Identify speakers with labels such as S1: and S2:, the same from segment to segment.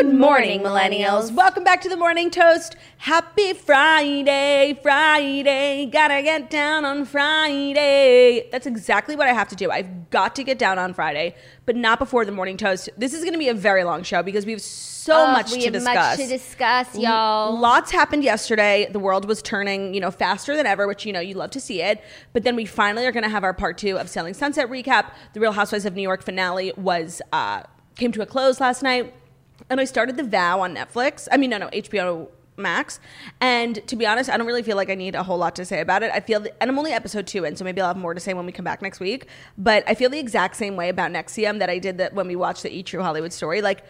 S1: Good morning, millennials. Welcome back to the Morning Toast. Happy Friday, Friday. Gotta get down on Friday. That's exactly what I have to do. I've got to get down on Friday, but not before the Morning Toast. This is gonna be a very long show because we have so
S2: Oh,
S1: much
S2: we
S1: to
S2: have
S1: discuss. Mm.
S2: Much to discuss, y'all.
S1: Lots happened yesterday. The world was turning, you know, faster than ever, which you know you love to see it. But then we finally are going to have our part two of Selling Sunset recap. The Real Housewives of New York finale was uh, came to a close last night, and I started The Vow on Netflix. I mean, no, no, HBO Max. And to be honest, I don't really feel like I need a whole lot to say about it. I feel, the, and I'm only episode two in, so maybe I'll have more to say when we come back next week. But I feel the exact same way about Nexium that I did that when we watched the E True Hollywood Story. Like.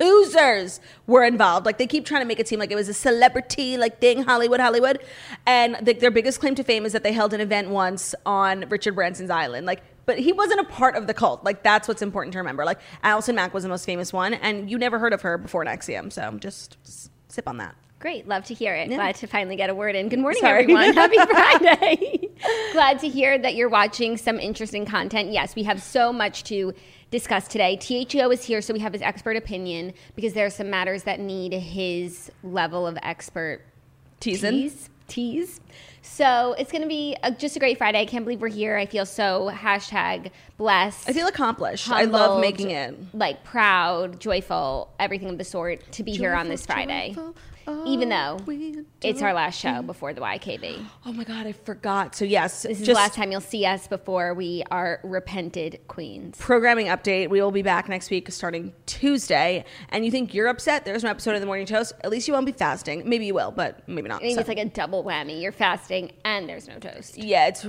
S1: losers were involved. Like they keep trying to make it seem like it was a celebrity like thing, Hollywood, Hollywood. And the, their biggest claim to fame is that they held an event once on Richard Branson's island. Like, but he wasn't a part of the cult. Like that's what's important to remember. Like Allison Mack was the most famous one, and you never heard of her before Nexium. So just s- sip on that.
S2: Great, love to hear it. Glad to finally get a word in. Good morning,
S1: Sorry.
S2: everyone. Happy Friday. Glad to hear that you're watching some interesting content. Yes, we have so much to discuss today. THEO is here, so we have his expert opinion because there are some matters that need his level of expert
S1: Teasin.
S2: tease. Tease. So it's going to be a, just a great Friday. I can't believe we're here. I feel so hashtag blessed.
S1: I feel accomplished. I love
S2: humbled,
S1: making it.
S2: like proud, joyful, everything of the sort to be here on this Friday. Even though it's our last show before the YKB.
S1: Oh my god, I forgot. So yes,
S2: This is the last time you'll see us before we are repented queens.
S1: programming update. We will be back next week starting Tuesday. And you think you're upset? There's no episode of the Morning Toast. At least you won't be fasting. Maybe you will, but maybe not.
S2: I think
S1: So-
S2: it's like a double whammy. You're fasting and there's no toast.
S1: yeah, it's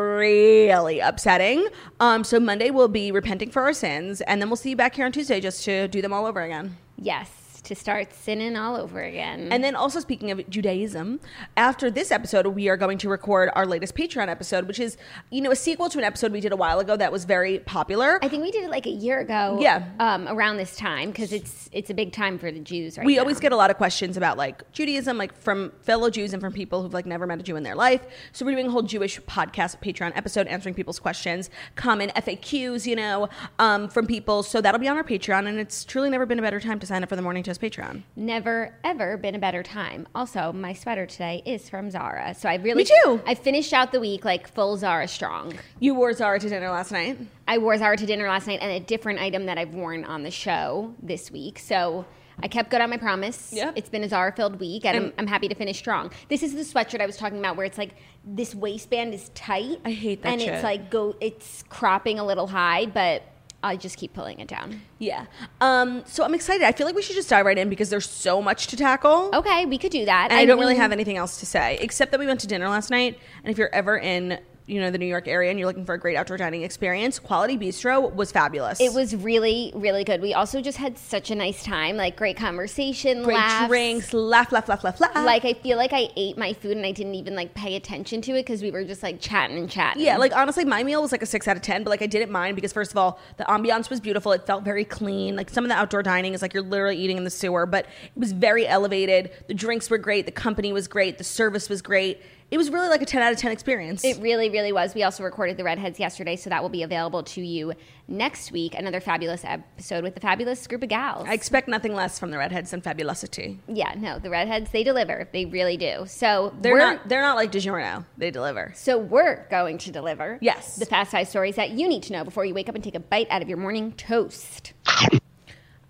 S1: really upsetting. Um, so Monday we'll be repenting for our sins, and then we'll see you back here on Tuesday just to do them all over again.
S2: Yes, to start sinning all over again.
S1: And then also speaking of Judaism, after this episode, we are going to record our latest Patreon episode, which is you know a sequel to an episode we did a while ago that was very popular.
S2: I think we did it like a year ago.
S1: Yeah.
S2: Um, around this time because it's it's a big time for the Jews right
S1: we
S2: now.
S1: always get a lot of questions about like Judaism, like from fellow Jews and from people who've like never met a Jew in their life. So we're doing a whole Jewish podcast Patreon episode answering people's questions, common FAQs, you know, um, from people. So that'll be on our Patreon, and it's truly never been a better time to sign up for the Morning Toast Patreon.
S2: never ever been a better time. Also, my sweater today is from Zara, so I really
S1: Me too.
S2: I finished out the week like full Zara strong.
S1: You wore Zara to dinner last night.
S2: I wore Zara to dinner last night, and a different item that I've worn on the show this week. So. I kept good on my promise.
S1: Yep.
S2: It's been a Zara filled week, and I'm,
S1: And-
S2: I'm happy to finish strong. This is the sweatshirt I was talking about, where it's like this waistband is tight.
S1: I hate that
S2: And
S1: shit.
S2: it's like go, it's cropping a little high, but I just keep pulling it down.
S1: Yeah. Um, so I'm excited. I feel like we should just dive right in because there's so much to tackle.
S2: Okay, we could do that.
S1: And I, don't really
S2: mean-
S1: have anything else to say except that we went to dinner last night. And if you're ever in, you know, the New York area and you're looking for a great outdoor dining experience, Quality Bistro was fabulous.
S2: It was really, really good. We also just had such a nice time, like great conversation,
S1: great
S2: laughs.
S1: drinks, laugh, laugh, laugh, laugh, laugh.
S2: Like I feel like I ate my food and I didn't even like pay attention to it because we were just like chatting and chatting.
S1: yeah, like honestly, my meal was like a six out of ten, but like I didn't mind because first of all, the ambiance was beautiful. It felt very clean. Like some of the outdoor dining is like you're literally eating in the sewer, but it was very elevated. The drinks were great. The company was great. The service was great. It was really like a ten out of ten experience.
S2: It really, really was. We also recorded the Redheads yesterday, so that will be available to you next week. Another fabulous episode with the fabulous group of gals.
S1: I expect nothing less from the redheads and fabulosity.
S2: yeah, no, the Redheads, they deliver. They really do. So
S1: They're
S2: we're,
S1: not. They're not like DiGiorno. They deliver.
S2: So we're going to deliver.
S1: Yes.
S2: The fast five stories that you need to know before you wake up and take a bite out of your morning toast.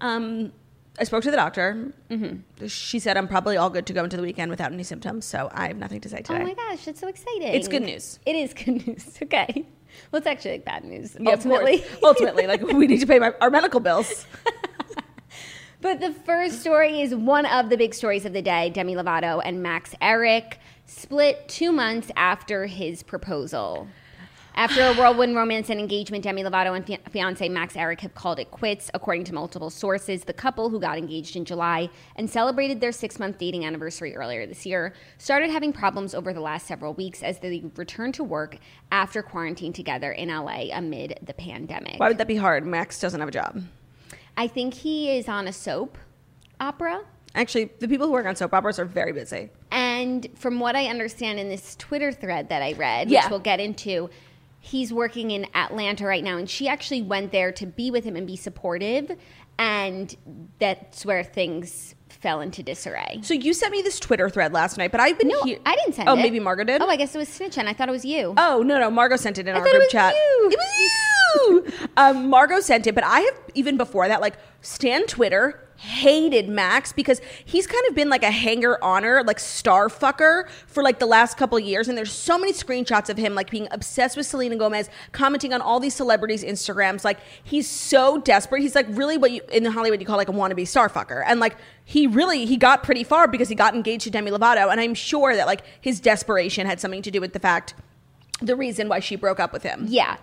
S1: Um, I spoke to the doctor. She said I'm probably all good to go into the weekend without any symptoms, so I have nothing to say
S2: Oh
S1: today.
S2: my gosh, that's so exciting.
S1: It's good news.
S2: It is good news. Okay. Well, it's actually like bad news.
S1: Yeah, of course.
S2: ultimately.
S1: ultimately, like we need to pay my, our medical bills.
S2: But the first story is one of the big stories of the day Demi Lovato and Max Eric split two months after his proposal. After a whirlwind romance and engagement, Demi Lovato and fi- fiance Max Eric have called it quits. According to multiple sources, the couple, who got engaged in July and celebrated their six month dating anniversary earlier this year, started having problems over the last several weeks as they returned to work after quarantine together in LA amid the pandemic.
S1: Why would that be hard? Max doesn't have a job.
S2: I think he is on a soap opera.
S1: Actually, the people who work on soap operas are very busy.
S2: And from what I understand in this Twitter thread that I read,
S1: Yeah.
S2: which we'll get into, he's working in Atlanta right now. And she actually went there to be with him and be supportive. And that's where things fell into disarray.
S1: So you sent me this Twitter thread last night, but I've been
S2: No,
S1: here.
S2: I didn't send
S1: oh,
S2: it.
S1: maybe Margot did.
S2: Oh, I guess it was Snitchin. I thought it was you.
S1: Oh no, no, Margot sent it in our
S2: thought it
S1: group
S2: was
S1: chat.
S2: you.
S1: It was you. um, Margot sent it, but I have even before that, like Stan Twitter hated Max because he's kind of been like a hanger honor, like star fucker for like the last couple years. And there's so many screenshots of him like being obsessed with Selena Gomez, commenting on all these celebrities' Instagrams. Like he's so desperate. He's like really what you in Hollywood you call like a wannabe star fucker. And like he really he got pretty far because he got engaged to Demi Lovato. And I'm sure that like his desperation had something to do with the fact the reason why she broke up with him.
S2: Yeah.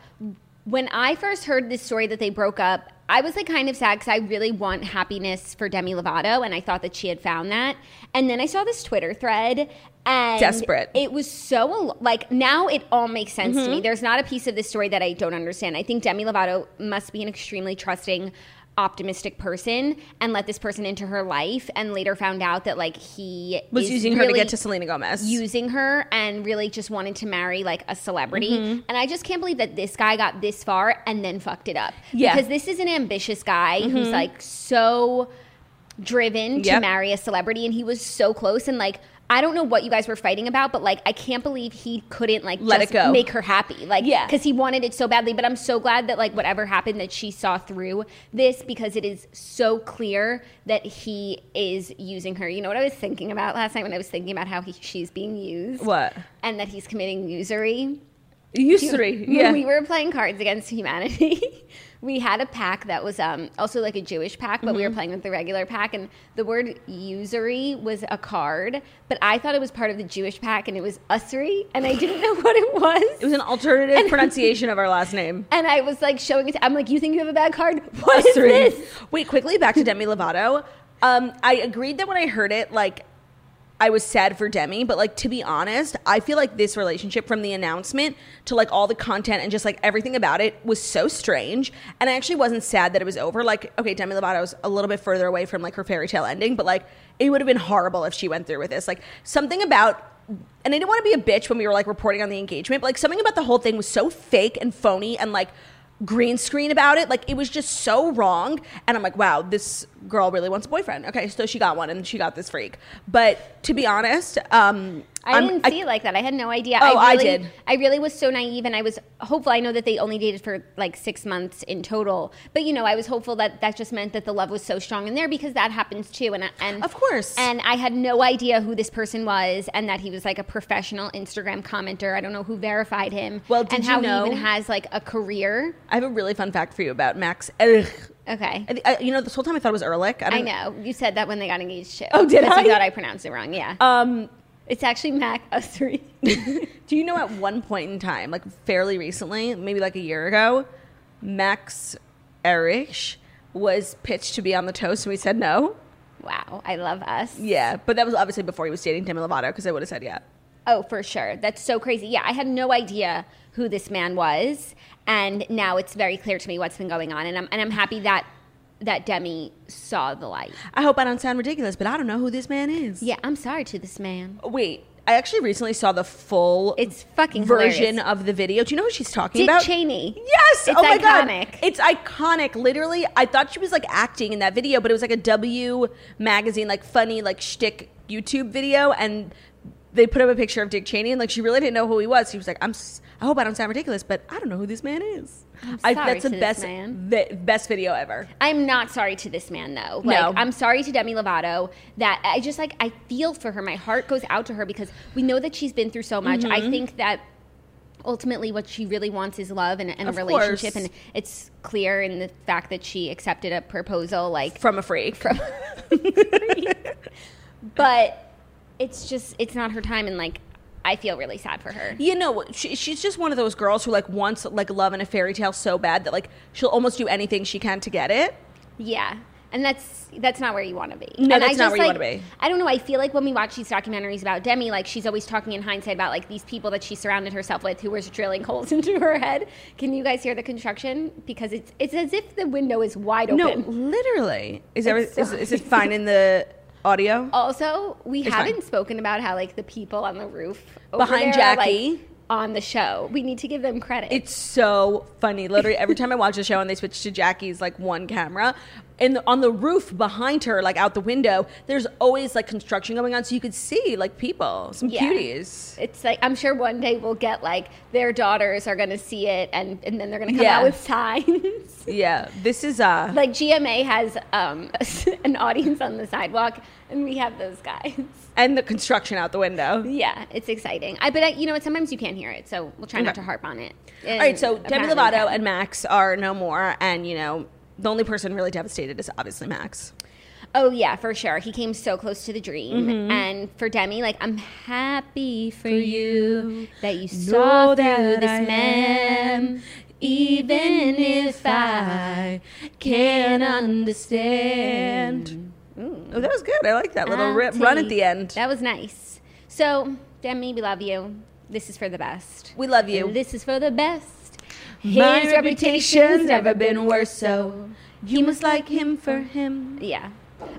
S2: When I first heard this story that they broke up, I was like kind of sad because I really want happiness for Demi Lovato, and I thought that she had found that. And then I saw this Twitter thread, and
S1: Desperate. Mm-hmm.
S2: It was so al- like now it all makes sense to me. There's not a piece of this story that I don't understand. I think Demi Lovato must be an extremely trusting, optimistic person, and let this person into her life, and later found out that like he
S1: Was
S2: is
S1: using her to
S2: really-
S1: get to Selena Gomez.
S2: using her and really just wanted to marry like a celebrity.
S1: Mm-hmm.
S2: And I just can't believe that this guy got this far and then fucked it up.
S1: Yeah. Mm-hmm.
S2: Because this is an ambitious guy who's like so driven to
S1: Yep.
S2: marry a celebrity and he was so close and like I don't know what you guys were fighting about, but like I can't believe he couldn't like
S1: Let it
S2: just
S1: go.
S2: make her happy, like
S1: Yeah.
S2: because he wanted it so badly. But I'm so glad that like whatever happened that she saw through this because it is so clear that he is using her. You know what I was thinking about last night when I was thinking about how he, she's being used,
S1: what?
S2: and that he's committing usury.
S1: Usury.
S2: When
S1: Yeah.
S2: we were playing Cards Against Humanity, we had a pack that was um, also like a Jewish pack, but we
S1: Mm-hmm.
S2: were playing with the regular pack, and the word usury was a card, but I thought it was part of the Jewish pack, and it was usury, and I didn't know what it was.
S1: it was an alternative pronunciation of our last name.
S2: and I was like showing it. To, I'm like, you think you have a bad card? What is
S1: Usury.
S2: this?
S1: Wait, quickly back to Demi Lovato. Um, I agreed that when I heard it, like I was sad for Demi, but like to be honest, I feel like this relationship from the announcement to like all the content and just like everything about it was so strange. And I actually wasn't sad that it was over. Like, okay, Demi Lovato's a little bit further away from like her fairy tale ending, but like it would have been horrible if she went through with this. Like something about and I didn't want to be a bitch when we were like reporting on the engagement, but like something about the whole thing was so fake and phony and like green screen about it. Like it was just so wrong. And I'm like, wow, this girl really wants a boyfriend. Okay, so she got one and she got this freak. But to be honest, um,
S2: I
S1: I'm-
S2: didn't see it like that. I had no idea.
S1: Oh, I
S2: really,
S1: did.
S2: I really was so naive, and I was hopeful. I know that they only dated for like six months in total, but you know, I was hopeful that that just meant that the love was so strong in there because that happens too. And I- and
S1: Of course.
S2: and I had no idea who this person was, and that he was like a professional Instagram commenter. I don't know who verified him.
S1: Well, did
S2: and
S1: you
S2: how
S1: know-
S2: he even has like a career.
S1: I have a really fun fact for you about Max Ehrlich.
S2: Okay.
S1: I, I, you know, this whole time I thought it was Ehrlich.
S2: I
S1: don't-
S2: know you said that when they got engaged too.
S1: Oh, did
S2: Because
S1: I?
S2: You thought I pronounced it wrong. Yeah,
S1: Um,
S2: it's actually Mac Usri.
S1: do you know at one point in time, like fairly recently, maybe like a year ago, Max Ehrlich was pitched to be on the toast and we said no?
S2: wow, I love us.
S1: Yeah, but that was obviously before he was dating Demi Lovato because I would have said yeah.
S2: Oh, for sure. That's so crazy. Yeah, I had no idea who this man was, and now it's very clear to me what's been going on, and I'm and I'm happy that that Demi saw the light.
S1: I hope I don't sound ridiculous, but I don't know who this man is.
S2: Yeah, I'm sorry to this man.
S1: Wait, I actually recently saw the full
S2: It's fucking
S1: version
S2: hilarious.
S1: of the video. Do you know who she's talking
S2: Dick
S1: about?
S2: Cheney.
S1: Yes.
S2: It's
S1: oh my
S2: iconic.
S1: god. It's iconic. Literally, I thought she was like acting in that video, but it was like a W magazine, like funny, like shtick YouTube video, and they put up a picture of Dick Cheney, and like she really didn't know who he was. She was like, "I'm. s- I hope I don't sound ridiculous, but I don't know who this man is." I,
S2: sorry
S1: that's the
S2: to this
S1: best
S2: man.
S1: the best video ever.
S2: I'm not sorry to this man though. Like,
S1: No.
S2: I'm sorry to Demi Lovato that I just like I feel for her. My heart goes out to her because we know that she's been through so much.
S1: Mm-hmm.
S2: I think that ultimately what she really wants is love and, and a
S1: Of
S2: relationship
S1: course.
S2: and it's clear in the fact that she accepted a proposal like
S1: From a freak.
S2: but it's just it's not her time and like I feel really sad for her.
S1: you know, she, she's just one of those girls who like wants like love in a fairy tale so bad that like she'll almost do anything she can to get it.
S2: Yeah. And that's that's not where you want to be.
S1: No,
S2: and
S1: that's not
S2: I just,
S1: where you
S2: like,
S1: wanna be.
S2: I don't know. I feel like when we watch these documentaries about Demi, like she's always talking in hindsight about like these people that she surrounded herself with who were drilling holes into her head. Can you guys hear the construction? Because it's it's as if the window is wide
S1: No,
S2: open.
S1: literally. Is, there,
S2: It's
S1: is,
S2: so-
S1: is it fine in the audio?
S2: Also, we
S1: It's
S2: haven't
S1: fine.
S2: spoken about how like the people on the roof over
S1: Behind
S2: there are, like,
S1: Jackie.
S2: on the show. We need to give them credit.
S1: It's so funny. Literally, every time I watch the show and they switch to Jackie's like one camera, and the, on the roof behind her, like out the window, there's always like construction going on, so you could see like people, some
S2: Yeah.
S1: cuties.
S2: It's like I'm sure one day we'll get like their daughters are going to see it and and then they're going to come
S1: Yeah.
S2: out with signs.
S1: Yeah, this is uh,
S2: like GMA has um, an audience on the sidewalk, and we have those guys.
S1: and the construction out the window.
S2: Yeah, it's exciting. I but I, you know what? Sometimes you can't hear it, so we'll try not to harp on it.
S1: All right, so Demi Lovato and Max are no more, and you know the only person really devastated is obviously Max.
S2: oh yeah, for sure. He came so close to the dream,
S1: Mm-hmm.
S2: and for Demi, like I'm happy for, you that you saw through this man. Even if I
S1: can understand. Oh, that was good. I like that little
S2: I'll
S1: rip, run at
S2: take-
S1: the end.
S2: That was nice. So Demi, we love you. This is for the best.
S1: We love you.
S2: This is for the best.
S1: My reputation's never been worse, so you must like him for him.
S2: Yeah.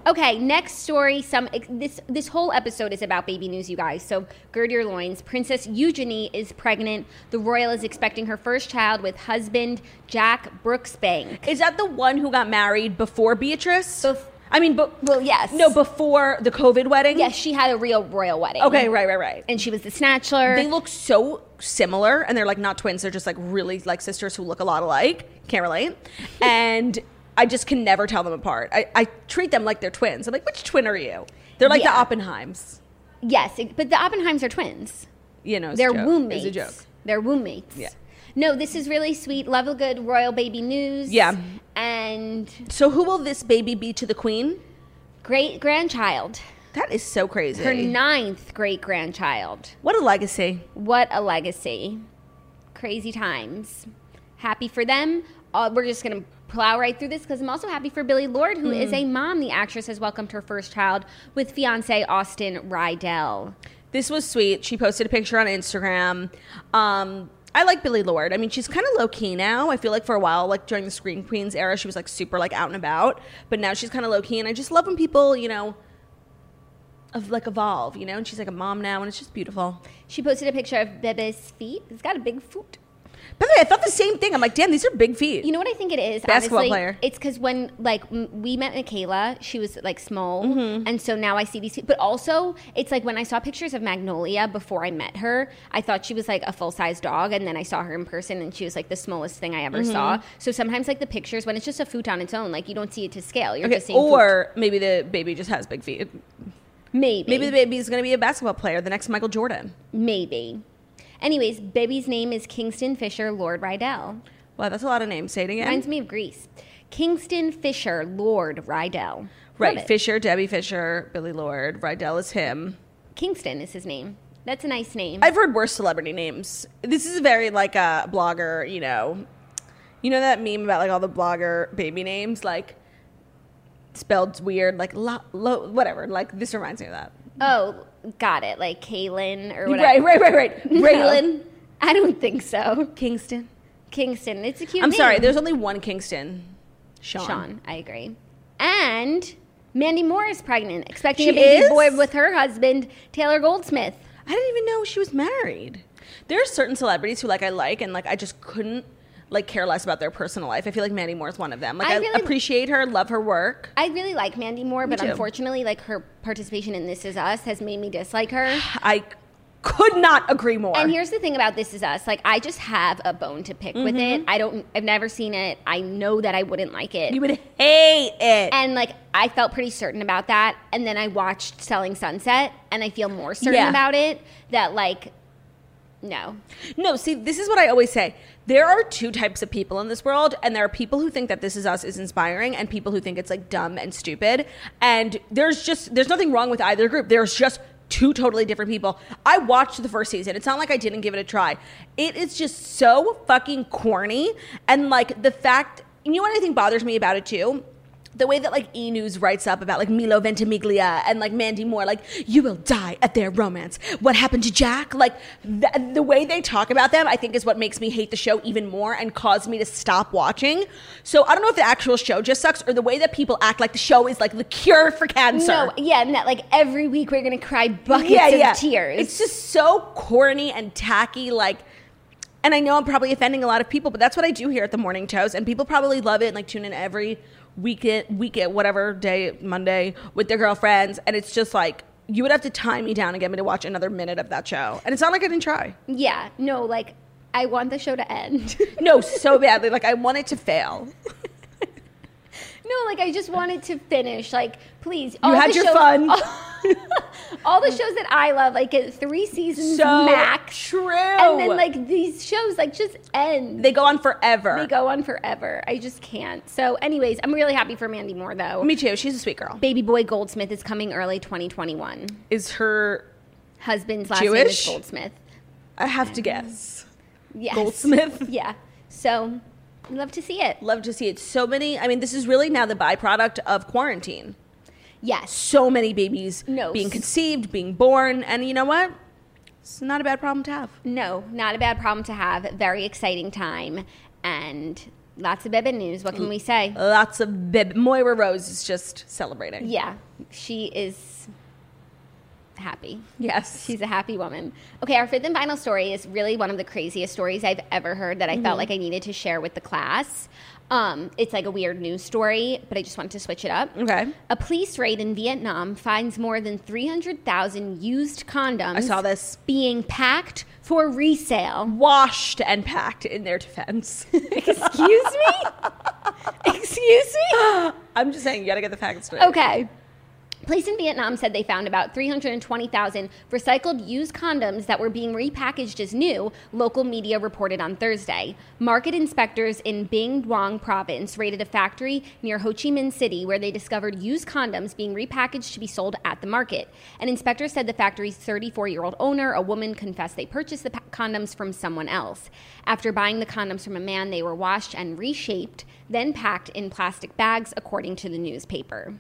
S2: Okay, next story. Some this this whole episode is about baby news, you guys. So gird your loins. Princess Eugenie is pregnant. The royal is expecting her first child with husband Jack Brooksbank.
S1: Is that the one who got married before Beatrice?
S2: Bef-
S1: I mean, but
S2: Well, yes.
S1: no, before the COVID wedding.
S2: yes, she had a real royal wedding.
S1: Okay, right, right, right.
S2: And she was the snatchler.
S1: they look so similar and they're like not twins they're just like really like sisters who look a lot alike can't relate and i just can never tell them apart i, I treat them like they're twins i'm like which twin are you they're like
S2: Yeah.
S1: the oppenheims
S2: yes, it- but the Oppenheims are twins.
S1: you know it's a
S2: They're
S1: joke.
S2: womb
S1: It's
S2: mates.
S1: a joke
S2: They're womb mates.
S1: Yeah.
S2: No, this is really sweet. Level good royal baby news.
S1: Yeah.
S2: And
S1: so who will this baby be to the queen
S2: great grandchild.
S1: that is so crazy
S2: Her ninth great grandchild.
S1: what a legacy
S2: What a legacy. Crazy times. Happy for them. Uh, we're just going to plow right through this because I'm also happy for Billy Lord, who
S1: Hmm.
S2: is a mom. The actress has welcomed her first child with fiance Austin Rydell.
S1: this was sweet she posted a picture on instagram um I like Billy Lord. I mean, she's kind of low key now. I feel like for a while, like during the Scream Queens era, she was like super like out and about, but now she's kind of low key. And I just love when people, you know, of like evolve, you know. And she's like a mom now, and it's just beautiful.
S2: She posted a picture of Bebe's feet. He's got a big foot.
S1: By the way, I thought the same thing. I'm like, damn, these are big feet.
S2: You know what I think it is?
S1: Basketball
S2: honestly?
S1: player.
S2: It's because when like m- we met Michaela, she was like small,
S1: Mm-hmm.
S2: and so now I see these. But also, it's like when I saw pictures of Magnolia before I met her, I thought she was like a full size dog, and then I saw her in person, and she was like the smallest thing I
S1: Mm-hmm.
S2: ever saw. So sometimes like the pictures when it's just a foot on its own, like you don't see it to scale. You're
S1: okay,
S2: just seeing
S1: or maybe the baby just has big feet.
S2: foot. maybe
S1: Maybe the baby is going to be a basketball player, the next Michael Jordan.
S2: maybe. Anyways, baby's name is Kingston Fisher Lord Rydell.
S1: Wow, that's a lot of names. Say it again.
S2: Reminds me of Greece. Kingston Fisher Lord Rydell. Love
S1: right,
S2: it.
S1: Fisher, Debbie Fisher, Billy Lord, Rydell is him.
S2: Kingston is his name. That's a nice name.
S1: I've heard worse celebrity names. This is very like a blogger, you know. You know that meme about like all the blogger baby names, like spelled weird, like lo, lo, whatever. Like this reminds me of that.
S2: oh, got it. Like Kaylin or whatever.
S1: Right, right, right, right.
S2: No.
S1: Raylan
S2: I don't think so.
S1: Kingston.
S2: Kingston. It's a cute
S1: I'm
S2: name.
S1: sorry. There's only one Kingston. Sean.
S2: Sean. I agree. And Mandy Moore is pregnant, expecting a
S1: She
S2: baby
S1: is?
S2: boy with her husband, Taylor Goldsmith.
S1: I didn't even know she was married. There are certain celebrities who like I like and like I just couldn't like care less about their personal life. I feel like Mandy Moore is one of them. Like
S2: I
S1: I,
S2: really-
S1: appreciate her, love her work.
S2: I really like Mandy Moore, but
S1: too.
S2: unfortunately, like her participation in This Is Us has made me dislike her.
S1: I could not agree more.
S2: And here's the thing about This Is Us. Like, I just have a bone to pick with it. I don't, I've never seen it. I know that I wouldn't like it.
S1: Mm-hmm. you would hate it.
S2: and like, I felt pretty certain about that. And then I watched Selling Sunset and I feel more certain
S1: Yeah.
S2: about it that, like, no.
S1: No, see, this is what I always say. There are two types of people in this world, and there are people who think that This Is Us is inspiring, and people who think it's like dumb and stupid. And there's just there's nothing wrong with either group. There's just two totally different people. I watched the first season. It's not like I didn't give it a try. It is just so fucking corny, and like the fact you know what I think bothers me about it too the way that like E News writes up about like Milo Ventimiglia and like Mandy Moore, like you will die at their romance. What happened to Jack? Like th- the way they talk about them, I think is what makes me hate the show even more and caused me to stop watching. So I don't know if the actual show just sucks or the way that people act like the show is like the cure for cancer.
S2: No, yeah. And that, like, every week we're going to cry buckets of tears.
S1: It's just so corny and tacky, like. And I know I'm probably offending a lot of people, but that's what I do here at the Morning Toast, and people probably love it and like tune in every weekend, weekend, whatever day, Monday, with their girlfriends, and it's just like you would have to tie me down and get me to watch another minute of that show, and it's not like I didn't try.
S2: yeah. No, like, I want the show to end.
S1: No, so badly, like I want it to fail.
S2: No, like I just wanted to finish. Like, please,
S1: You had your fun.
S2: All, Oh, the shows that I love, like get three seasons
S1: So
S2: max.
S1: true.
S2: And then like these shows, like just end.
S1: They go on forever.
S2: They go on forever. I just can't. So, anyways, I'm really happy for Mandy Moore though.
S1: Me too. She's a sweet girl.
S2: Baby boy Goldsmith is coming early 2021.
S1: Is her?
S2: Husband's last name is
S1: Jewish?
S2: Goldsmith.
S1: I have to guess.
S2: Yes.
S1: Goldsmith?
S2: Yeah. So, love to see it.
S1: Love to see it. So many. I mean, this is really now the byproduct of quarantine.
S2: Yes.
S1: so many babies
S2: No.
S1: being conceived, being born, and you know what? It's not a bad problem to have.
S2: No, not a bad problem to have. Very exciting time and lots of baby news. What can
S1: Mm.
S2: we say?
S1: Lots of bib- Moira Rose is just celebrating.
S2: Yeah, she is happy.
S1: Yes.
S2: She's a happy woman. Okay, our fifth and final story is really one of the craziest stories I've ever heard that I
S1: Mm-hmm.
S2: felt like I needed to share with the class. Um, it's like a weird news story, but I just wanted to switch it up.
S1: Okay.
S2: A police raid in Vietnam finds more than 300,000 used condoms.
S1: I saw this.
S2: Being packed for resale.
S1: washed and packed in their defense.
S2: Excuse me? Excuse me?
S1: I'm just saying, you gotta get the facts straight.
S2: Okay. Police in Vietnam said they found about 320,000 recycled used condoms that were being repackaged as new, local media reported on Thursday. Market inspectors in Binh Duong province raided a factory near Ho Chi Minh City where they discovered used condoms being repackaged to be sold at the market. An inspector said the factory's 34 year old owner, a woman, confessed they purchased the pa- condoms from someone else. After buying the condoms from a man, they were washed and reshaped, then packed in plastic bags, according to the newspaper.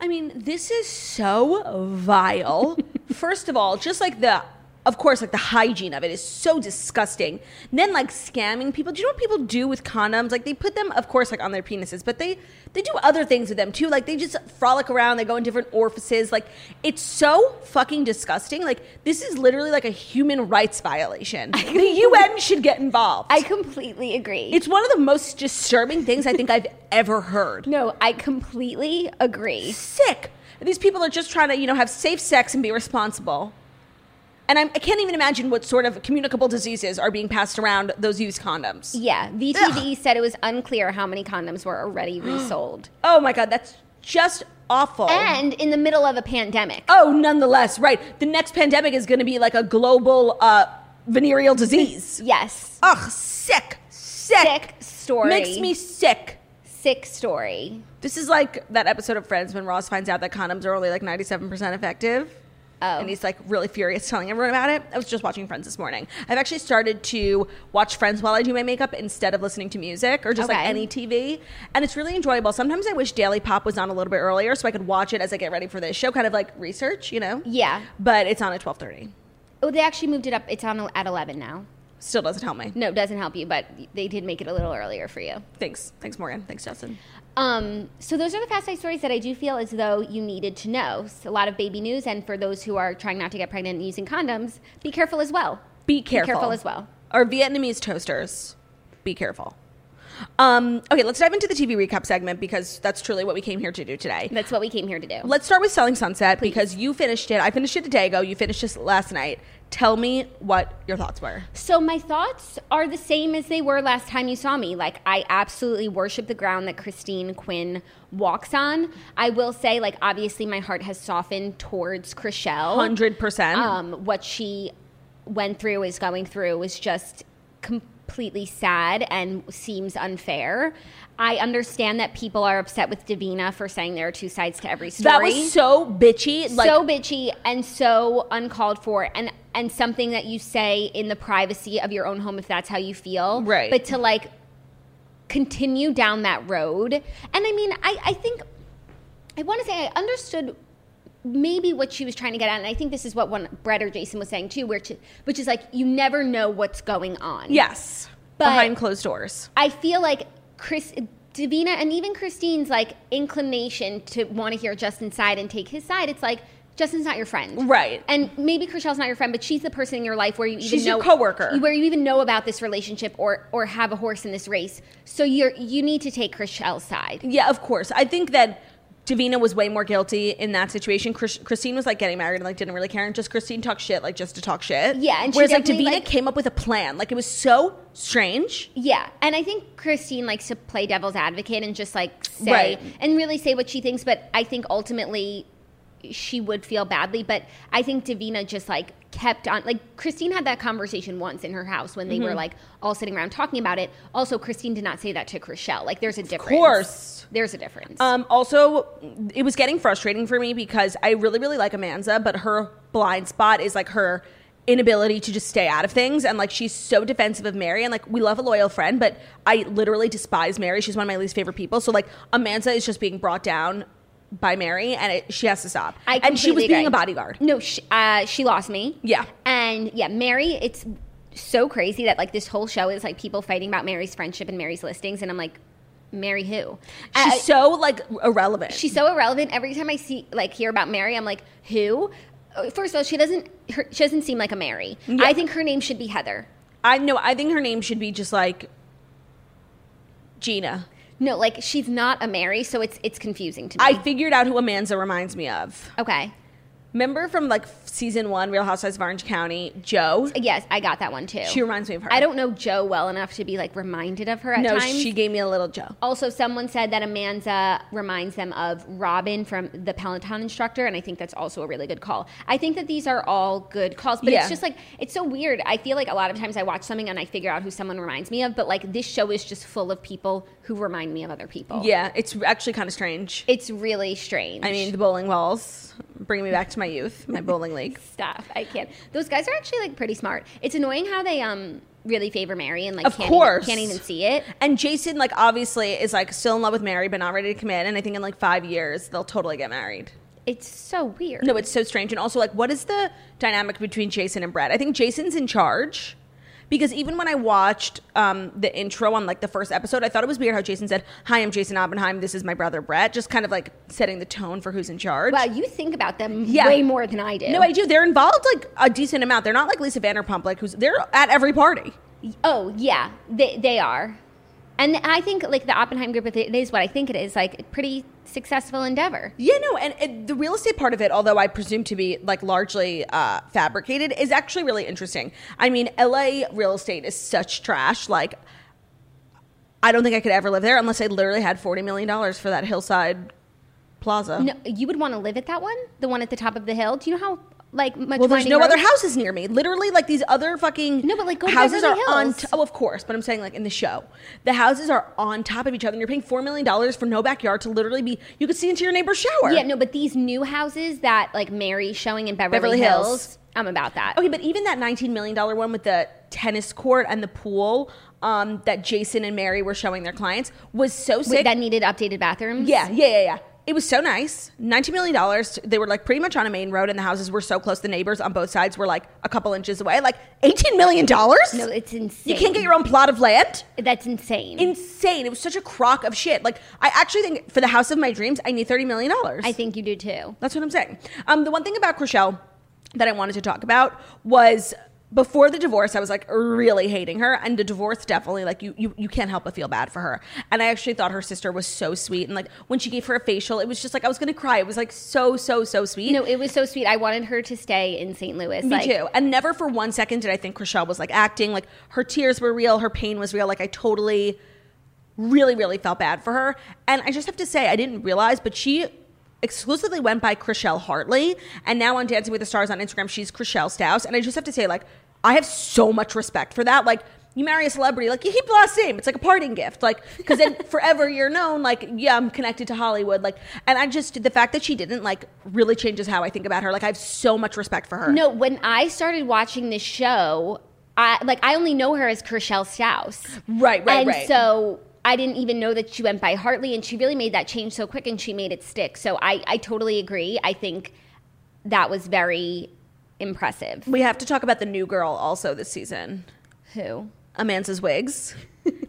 S1: I mean, this is so vile. First of all, just like the, of course, like the hygiene of it is so disgusting. And then like scamming people. Do you know what people do with condoms? Like they put them, of course, like on their penises, but they they do other things with them too. Like they just frolic around. They go in different orifices. Like it's so fucking disgusting. Like this is literally like a human rights violation. the UN should get involved.
S2: I completely agree.
S1: it's one of the most disturbing things I think I've ever heard.
S2: no, I completely agree.
S1: sick. These people are just trying to, you know, have safe sex and be responsible. And I'm, I can't even imagine what sort of communicable diseases are being passed around those used condoms.
S2: Yeah, VTV said it was unclear how many condoms were already resold.
S1: Oh my God, that's just awful.
S2: And in the middle of a pandemic.
S1: oh, nonetheless, right. The next pandemic is going to be like a global uh, venereal disease.
S2: Yes.
S1: Ugh, sick, sick.
S2: Sick story.
S1: Makes me sick.
S2: Sick story.
S1: This is like that episode of Friends when Ross finds out that condoms are only like 97% effective.
S2: Oh.
S1: And he's like really furious telling everyone about it. I was just watching Friends this morning. I've actually started to watch Friends while I do my makeup instead of listening to music or just
S2: Okay.
S1: like any TV. And it's really enjoyable. Sometimes I wish Daily Pop was on a little bit earlier so I could watch it as I get ready for this show, kind of like research, you know?
S2: Yeah.
S1: But it's on at 1230.
S2: Oh, they actually moved it up. It's on at 11 now.
S1: Still doesn't help me.
S2: No, it doesn't help you, but they did make it a little earlier for you.
S1: Thanks. Thanks, Morgan. Thanks, Justin.
S2: Um, so those are the fast life stories that I do feel as though you needed to know. It's a lot of baby news, and for those who are trying not to get pregnant and using condoms, be careful as well.
S1: Be careful.
S2: careful as well.
S1: Our Vietnamese toasters, be careful. Um, okay, let's dive into the TV recap segment because that's truly what we came here to do today.
S2: That's what we came here to do.
S1: Let's start with Selling Sunset because you finished it. I finished it a day ago. You finished this last night. Tell me what your thoughts were.
S2: So my thoughts are the same as they were last time you saw me. Like I absolutely worship the ground that Christine Quinn walks on. I will say, like obviously, my heart has softened towards Chriselle.
S1: 100%.
S2: Oh, Um, what she went through is going through was just completely sad and seems unfair. I understand that people are upset with Davina for saying there are two sides to every story
S1: that was so bitchy. Like,
S2: so bitchy and so uncalled for and and something that you say in the privacy of your own home if that's how you feel
S1: Right.
S2: but to like continue down that road and i mean i i think i want to say i understood maybe what she was trying to get at and i think this is what one brett or jason was saying too which which is like you never know what's going on
S1: yes,
S2: But-
S1: behind closed doors.
S2: I feel like Chris, Davina, and even Christine's like inclination to want to hear Justin's side and take his side. It's like Justin's not your friend,
S1: Right.
S2: And maybe Chriselle's not your friend, but she's the person in your life where you even
S1: She's
S2: know
S1: your coworker.
S2: where you even know about this relationship or or have a horse in this race. So you're you need to take Chriselle's side.
S1: Yeah, of course. I think that Davina was way more guilty in that situation. Chris- Christine was like getting married and like didn't really care, and just Christine talked shit like just to talk shit.
S2: Yeah, and she
S1: whereas like
S2: definitely,
S1: Davina
S2: like-
S1: came up with a plan. Like it was so strange.
S2: Yeah, and I think Christine likes to play devil's advocate and just like say
S1: Right.
S2: and really say what she thinks. But I think ultimately she would feel badly. But I think Davina just like kept on. Like Christine had that conversation once in her house when they
S1: Mm-hmm.
S2: were like all sitting around talking about it. Also, Christine did not say that to Chriselle. Like, there's a difference.
S1: course.
S2: there's a difference.
S1: Um, also, it was getting frustrating for me because I really, really like Amanza, but her blind spot is like her inability to just stay out of things. And like, she's so defensive of Mary. And like, we love a loyal friend, but I literally despise Mary. She's one of my least favorite people. So like, Amanza is just being brought down by Mary and it, she has to stop.
S2: I
S1: and she was
S2: completely
S1: being a
S2: agree.
S1: bodyguard.
S2: No, she, uh, she lost me.
S1: Yeah.
S2: And yeah, Mary, it's so crazy that like this whole show is like people fighting about Mary's friendship and Mary's listings. And I'm like, Mary who? Uh,
S1: She's
S2: I-
S1: so like irrelevant.
S2: she's so irrelevant. Every time I see like hear about Mary, I'm like, who? Uh, First of all, she doesn't her, she doesn't seem like a Mary. I think her name should be Heather.
S1: I know, I think her name should be just like Gina.
S2: No, like she's not a Mary, so it's it's confusing to me.
S1: I figured out who Amanza reminds me of.
S2: okay.
S1: Remember from like season one, Real Housewives of Orange County, Joe?
S2: Yes, I got that one too.
S1: She reminds me of her.
S2: I don't know Joe well enough to be like reminded of her at
S1: know.
S2: times.
S1: She gave me a little Joe.
S2: Also, someone said that Amanza reminds them of Robin from the Peloton instructor, and I think that's also a really good call. I think that these are all good calls, but
S1: Yeah.
S2: it's just like it's so weird. I feel like a lot of times I watch something and I figure out who someone reminds me of, but like this show is just full of people who remind me of other people.
S1: Yeah, it's actually kind of strange.
S2: it's really strange.
S1: I mean, the bowling balls bring me back to my youth, my bowling league.
S2: stuff. I can't. Those guys are actually like pretty smart. It's annoying how they um really favor Mary and like
S1: Of
S2: can't
S1: course.
S2: even, can't even see it.
S1: And Jason, like, obviously is like still in love with Mary, but not ready to commit. And I think in like five years, they'll totally get married.
S2: It's so weird.
S1: No, it's so strange. And also, like, what is the dynamic between Jason and Brett? I think Jason's in charge because even when I watched um, the intro on like the first episode, I thought it was weird how Jason said, "Hi, I'm Jason Oppenheim. This is my brother Brett." Just kind of like setting the tone for who's in charge.
S2: Wow, you think about them
S1: Yeah.
S2: way more than I do.
S1: no, I do. They're involved like a decent amount. They're not like Lisa Vanderpump, like who's they're at every party.
S2: Oh yeah, they they are, and I think like the Oppenheim group it is what I think it is like a pretty successful endeavor.
S1: Yeah, no, and it, the real estate part of it, although I presume to be like largely uh, fabricated, is actually really interesting. I mean, LA real estate is such trash. Like, I don't think I could ever live there unless I literally had forty million dollars for that hillside plaza.
S2: No, you would want to live at that one, the one at the top of the hill. Do you know how like much?
S1: Well, there's
S2: winding
S1: no other
S2: roads-
S1: houses near me. Literally, like these other fucking
S2: No, but, like, go to
S1: houses are
S2: Beverly
S1: on.
S2: Hills.
S1: T- oh, of course, but I'm saying like in the show, the houses are on top of each other, and you're paying four million dollars for no backyard to literally be. You could see into your neighbor's shower.
S2: Yeah, no, but these new houses that like Mary's showing in Beverly,
S1: Beverly Hills.
S2: Hills, I'm about that.
S1: Okay, but even that nineteen million dollar one with the tennis court and the pool um, that Jason and Mary were showing their clients was so
S2: Wait,
S1: sick.
S2: that needed updated bathrooms.
S1: yeah, yeah, yeah, yeah. It was so nice. Nineteen million dollars. They were like pretty much on a main road, and the houses were so close. The neighbors on both sides were like a couple inches away. Like eighteen million dollars.
S2: No, it's insane.
S1: you can't get your own plot of land.
S2: That's insane.
S1: Insane. It was such a crock of shit. Like I actually think for the house of my dreams, I need thirty million dollars.
S2: I think you do too.
S1: That's what I'm saying. Um, the one thing about Chriselle that I wanted to talk about was before the divorce, I was like really hating her, and the divorce definitely like you you you can't help but feel bad for her. And I actually thought her sister was so sweet, and like when she gave her a facial, it was just like I was gonna cry. It was like so so so sweet.
S2: No, it was so sweet. I wanted her to stay in St. Louis.
S1: Me
S2: like,
S1: too. And never for one second did I think Rochelle was like acting. Like her tears were real, her pain was real. Like I totally, really, really felt bad for her. And I just have to say, I didn't realize, but she exclusively went by Chriselle Hartley. And now on Dancing with the Stars on Instagram, she's Chriselle Staus. And I just have to say, like, I have so much respect for that. Like, you marry a celebrity, like you keep the last name. It's like a parting gift, like because then forever you're known. Like yeah, I'm connected to Hollywood. Like, and I just the fact that she didn't like really changes how I think about her. Like I have so much respect for her.
S2: No, when I started watching this show, I like I only know her as Kershel Staus.
S1: Right, right,
S2: and
S1: right.
S2: so I didn't even know that she went by Hartley, and she really made that change so quick, and she made it stick. So I, I totally agree. I think that was very impressive.
S1: we have to talk about the new girl also this season.
S2: Who?
S1: Amanda's wigs.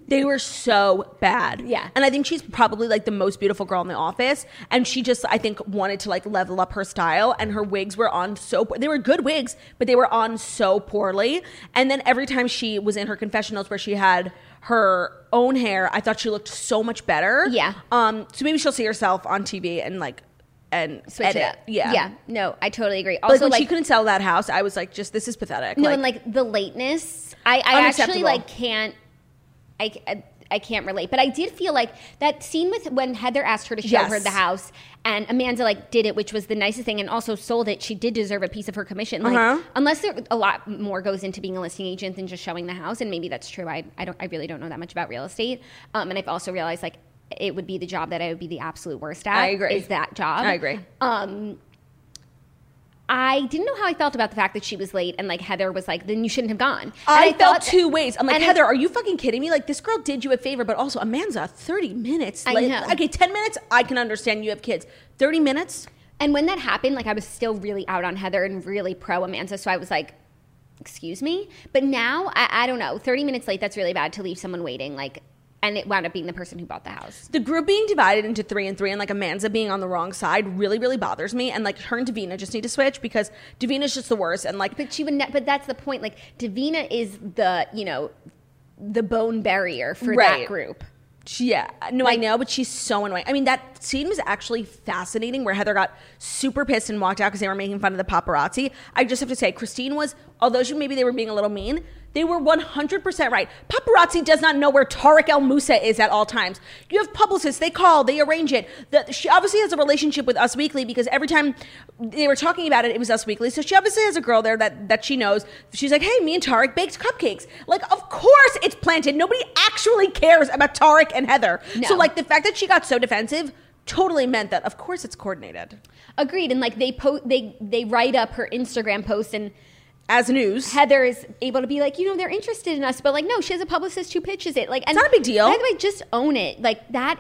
S1: they were so bad.
S2: Yeah.
S1: And I think she's probably like the most beautiful girl in the office. And she just, I think, wanted to like level up her style. And her wigs were on so, po- they were good wigs, but they were on so poorly. And then every time she was in her confessionals where she had her own hair, I thought she looked so much better.
S2: Yeah.
S1: Um. So maybe she'll see herself on TV and like, and
S2: Switch
S1: edit.
S2: it up.
S1: Yeah.
S2: Yeah. No, I totally agree.
S1: Like
S2: Also,
S1: when
S2: like,
S1: she couldn't sell that house, I was like, just this is pathetic.
S2: no, and like the lateness. I, I actually
S1: Unacceptable.
S2: like can't. I, I I can't relate, but I did feel like that scene with when Heather asked her to show
S1: Yes.
S2: her the house, and Amanda like did it, which was the nicest thing, and also sold it. She did deserve a piece of her commission, like
S1: Uh-huh.
S2: unless there a lot more goes into being a listing agent than just showing the house, and maybe that's true. I I don't I really don't know that much about real estate, um, and I've also realized like it would be the job that I would be the absolute worst at.
S1: I agree.
S2: Is that job?
S1: I agree.
S2: Um, I didn't know how I felt about the fact that she was late and like Heather was like, then you shouldn't have gone. And
S1: I,
S2: thought-
S1: felt two ways. I'm like,
S2: and I-
S1: Heather, are you fucking kidding me? Like, this girl did you a favor, but also Amanda, 30 minutes.
S2: I
S1: like,
S2: know.
S1: Okay, 10 minutes, I can understand you have kids. 30 minutes?
S2: And when that happened, like I was still really out on Heather and really pro Amanda. So I was like, excuse me. But now I, I don't know. 30 minutes late, that's really bad to leave someone waiting. Like, and it wound up being the person who bought the house.
S1: The group being divided into three and three and like Amanda being on the wrong side really, really bothers me. And like her and Davina just need to switch because Davina's just the worst. And like,
S2: But she would, ne- but that's the point. Like, Davina is the, you know, the bone barrier for
S1: Right.
S2: that group.
S1: Yeah, no, I know, but she's so annoying. I mean, that scene was actually fascinating where Heather got super pissed and walked out because they were making fun of the paparazzi. I just have to say, Christine was, although she, maybe they were being a little mean, they were 100% right. Paparazzi does not know where Tariq El Musa is at all times. You have publicists, they call, they arrange it. The, she obviously has a relationship with Us Weekly because every time they were talking about it, it was Us Weekly. So she obviously has a girl there that, that she knows. She's like, hey, me and Tariq baked cupcakes. Like, of course it's planted. Nobody actually cares about Tariq and Heather.
S2: No.
S1: So, like, the fact that she got so defensive totally meant that, of course, it's coordinated.
S2: Agreed. And like, they, po- they, they write up her Instagram post and,
S1: As news.
S2: Heather is able to be like, you know, they're interested in us, but like, no, she has a publicist who pitches it. Like, and
S1: It's not a big deal.
S2: By the way, just own it. Like that.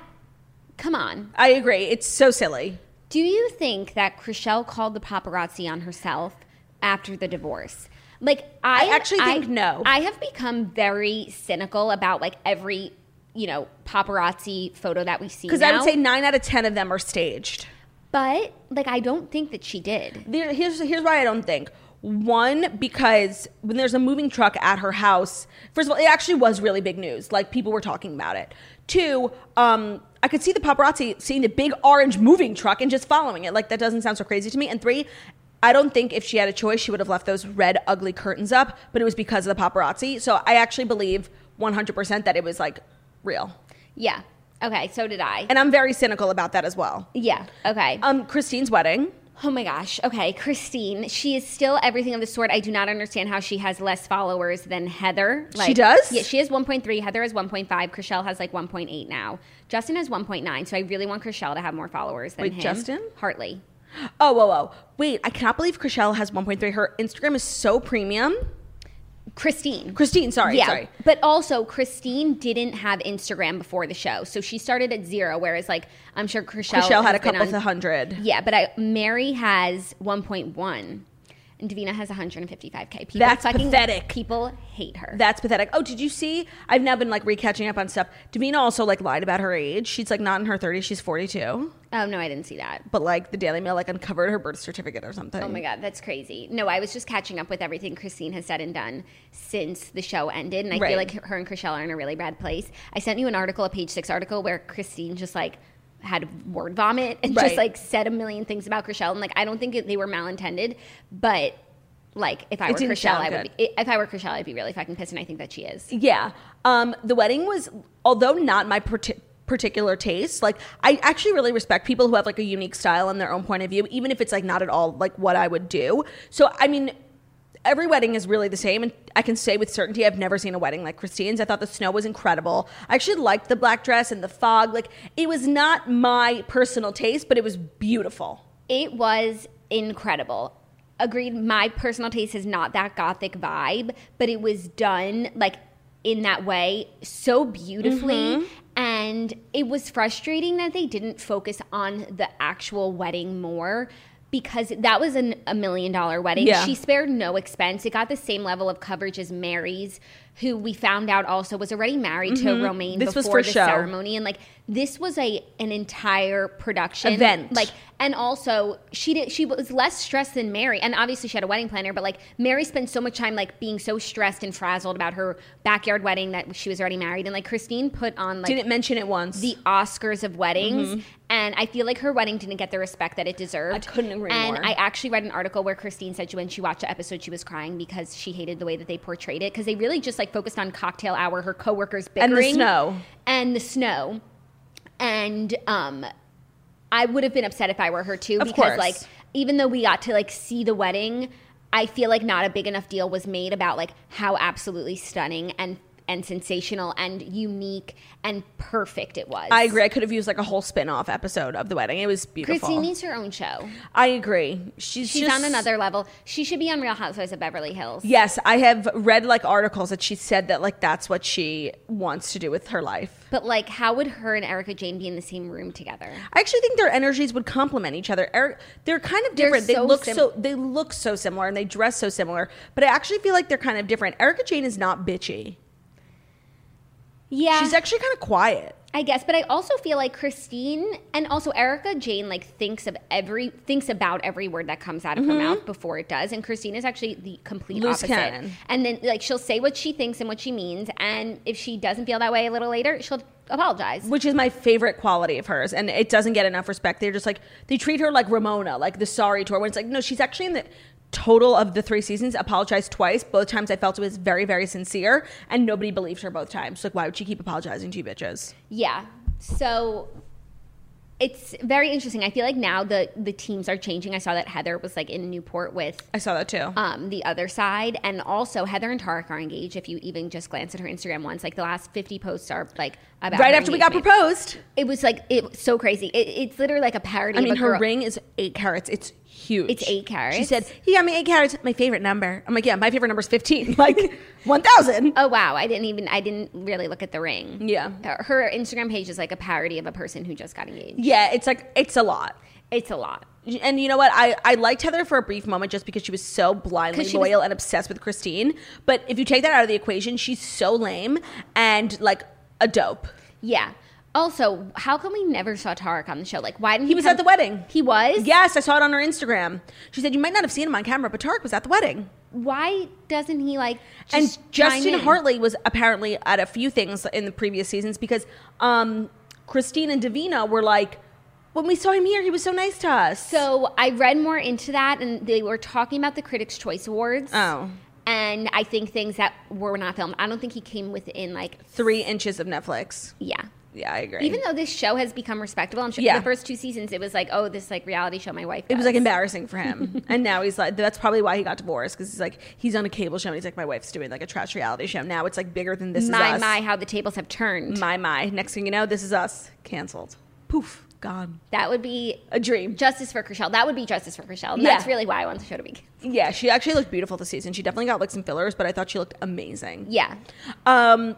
S2: Come on.
S1: I agree. It's so silly.
S2: Do you think that Chriselle called the paparazzi on herself after the divorce? Like, I,
S1: I actually think no.
S2: I have become very cynical about like every you know paparazzi photo that we see
S1: Because I would
S2: now.
S1: say nine out of 10 of them are staged.
S2: but like, I don't think that she did.
S1: there, here's here's why I don't think. One, because when there's a moving truck at her house, first of all, it actually was really big news. Like people were talking about it. Two, um, I could see the paparazzi seeing the big orange moving truck and just following it. Like that doesn't sound so crazy to me. And three, I don't think if she had a choice, she would have left those red ugly curtains up. But it was because of the paparazzi. So I actually believe 100% that it was like real.
S2: Yeah. Okay. So did I.
S1: And I'm very cynical about that as well.
S2: yeah. Okay.
S1: Um, Christine's wedding.
S2: Oh my gosh. Okay, Christine. She is still everything of the sort. I do not understand how she has less followers than Heather.
S1: She does?
S2: Yeah, she has 1.3. Heather has 1.5. Chriselle has like 1.8 now. Justin has 1.9. So I really want Chriselle to have more followers than
S1: Wait,
S2: him.
S1: Justin?
S2: Hartley.
S1: Oh, whoa, whoa. Wait, I cannot believe Chriselle has 1.3. Her Instagram is so premium.
S2: Christine.
S1: Christine, sorry,
S2: yeah,
S1: sorry.
S2: but also Christine didn't have Instagram before the show, so she started at zero. Whereas, like, I'm sure Chriselle,
S1: Chriselle
S2: has
S1: had a
S2: been
S1: couple
S2: on-
S1: of hundred.
S2: Yeah, but I Mary has 1.1. and Davina has 155k. People
S1: That's
S2: fucking-
S1: pathetic.
S2: People hate her.
S1: That's pathetic. Oh, did you see? I've now been like recatching up on stuff. Davina also like lied about her age. She's like not in her 30s. She's 42.
S2: oh no, I didn't see that.
S1: But like the Daily Mail like uncovered her birth certificate or something.
S2: Oh my God, that's crazy. No, I was just catching up with everything Christine has said and done since the show ended. And I
S1: Right.
S2: feel like her and Chriselle are in a really bad place. I sent you an article, a page six article, where Christine just like had word vomit and
S1: Right.
S2: just like said a million things about Chriselle. And like, I don't think it, they were malintended, but like, if I
S1: It
S2: were
S1: didn't
S2: Chriselle,
S1: sound
S2: I would
S1: good.
S2: be, if I were Chriselle, I'd be really fucking pissed. And I think that she is.
S1: Yeah. Um, the wedding was, although not my parti particular taste, like I actually really respect people who have like a unique style and their own point of view, even if it's like not at all like what I would do. So, I mean, every wedding is really the same. And I can say with certainty, I've never seen a wedding like Christine's. I thought the snow was incredible. I actually liked the black dress and the fog. Like, it was not my personal taste, but it was beautiful.
S2: It was incredible. Agreed, my personal taste is not that gothic vibe, but it was done like in that way so beautifully.
S1: Mm-hmm.
S2: And it was frustrating that they didn't focus on the actual wedding more because that was an, a million dollar wedding.
S1: Yeah.
S2: She spared no expense. It got the same level of coverage as Mary's, who we found out also was already married to
S1: Mm-hmm.
S2: Romaine
S1: This
S2: before
S1: was for
S2: the
S1: show.
S2: ceremony. And like this was a an entire production
S1: Event.
S2: Like and also, she did. She was less stressed than Mary, and obviously she had a wedding planner. But like Mary spent so much time like being so stressed and frazzled about her backyard wedding that she was already married, and like Christine put on like
S1: Didn't mention it once.
S2: the Oscars of weddings, and I feel like her wedding didn't get the respect that it deserved.
S1: Mm-hmm. I couldn't agree
S2: and
S1: more.
S2: I actually read an article where Christine said she, when she watched the episode, she was crying because she hated the way that they portrayed it because they really just like focused on cocktail hour, her coworkers
S1: And the
S2: bickering,
S1: snow.
S2: and the snow, and um, I would have been upset if I were her too
S1: Of
S2: because
S1: course.
S2: like even though we got to like see the wedding, I feel like not a big enough deal was made about like how absolutely stunning and and sensational and unique and perfect it was.
S1: I agree. I could have used like a whole spin off episode of the wedding. It was beautiful.
S2: Christine needs her own show.
S1: I agree. She's
S2: She's
S1: just-
S2: on another level. She should be on Real Housewives of Beverly Hills.
S1: Yes, I have read like articles that she said that like that's what she wants to do with her life.
S2: But like, how would her and Erica Jane be in the same room together?
S1: I actually think their energies would complement each other. Eric, they're kind of different. they
S2: so
S1: look
S2: sim-
S1: so they look so similar and they dress so similar, but I actually feel like they're kind of different. Erica Jane is not bitchy.
S2: Yeah,
S1: She's actually kind of quiet.
S2: I guess, but I also feel like Christine and also Erica Jane like thinks of every thinks about every word that comes out of her mouth before it does, and Christine is actually the complete
S1: Mm-hmm. Loose
S2: opposite.
S1: cannon.
S2: And then like she'll say what she thinks and what she means, and if she doesn't feel that way a little later, she'll apologize.
S1: Which is my favorite quality of hers, and it doesn't get enough respect. They're just like they treat her like Ramona, like the sorry tour. When it's like, no, she's actually in the total of the three seasons apologized twice. Both times I felt it was very, very sincere, and nobody believed her both times. Like, why would she keep apologizing to you, bitches?
S2: Yeah, so it's very interesting. I feel like now the the teams are changing. I saw that Heather was like in Newport with
S1: I saw that too.
S2: um, the other side. And also, Heather and Tarek are engaged. If you even just glance at her Instagram once, like the last 50 posts are like about
S1: right
S2: her
S1: after we got
S2: engagement.
S1: proposed.
S2: It was like, it was so crazy. It, it's literally like a parody
S1: I mean,
S2: of a
S1: her
S2: girl.
S1: ring is eight carats. It's huge.
S2: It's eight
S1: She
S2: carats?
S1: said, "He got me eight carats. My favorite number." I'm like, "Yeah, my favorite number is 15. Like, one thousand.
S2: Oh wow! I didn't even I didn't really look at the ring.
S1: Yeah.
S2: her her Instagram page is like a parody of a person who just got engaged.
S1: Yeah, it's like it's a lot.
S2: It's a lot.
S1: And you know what? I, I liked Heather for a brief moment just because she was so blindly
S2: 'Cause she was-
S1: loyal and obsessed with Christine. But if you take that out of the equation, she's so lame and like a dope.
S2: Yeah. Also, how come we never saw Tarek on the show? Like, why didn't he,
S1: He was
S2: come-
S1: at the wedding.
S2: He was.
S1: Yes, I saw it on her Instagram. She said, You might not have seen him on camera, but Tarek was at the wedding.
S2: Why doesn't he like? Just
S1: and
S2: chime
S1: Justin
S2: in?
S1: Hartley was apparently at a few things in the previous seasons because um, Christine and Davina were like, when we saw him here, he was so nice to us.
S2: So I read more into that, and they were talking about the Critics' Choice Awards.
S1: Oh.
S2: And I think things that were not filmed. I don't think he came within like,
S1: three inches of Netflix.
S2: yeah.
S1: Yeah, I agree.
S2: Even though this show has become respectable, I'm sure
S1: Yeah.
S2: the first two seasons it was like, oh, this like reality show my wife.
S1: it was
S2: does.
S1: like embarrassing for him, and now he's like. That's probably why he got divorced because he's like he's on a cable show. and He's like my wife's doing like a trash reality show. Now it's like bigger than this.
S2: my
S1: is us.
S2: my how the tables have turned.
S1: my my. Next thing you know, this is us canceled. Poof, gone.
S2: that would be
S1: A dream.
S2: justice for Chriselle. That would be justice for Chriselle.
S1: Yeah.
S2: That's really why I want the show to be.
S1: Yeah, she actually looked beautiful this season. She definitely got like some fillers, but I thought she looked amazing.
S2: Yeah.
S1: Um,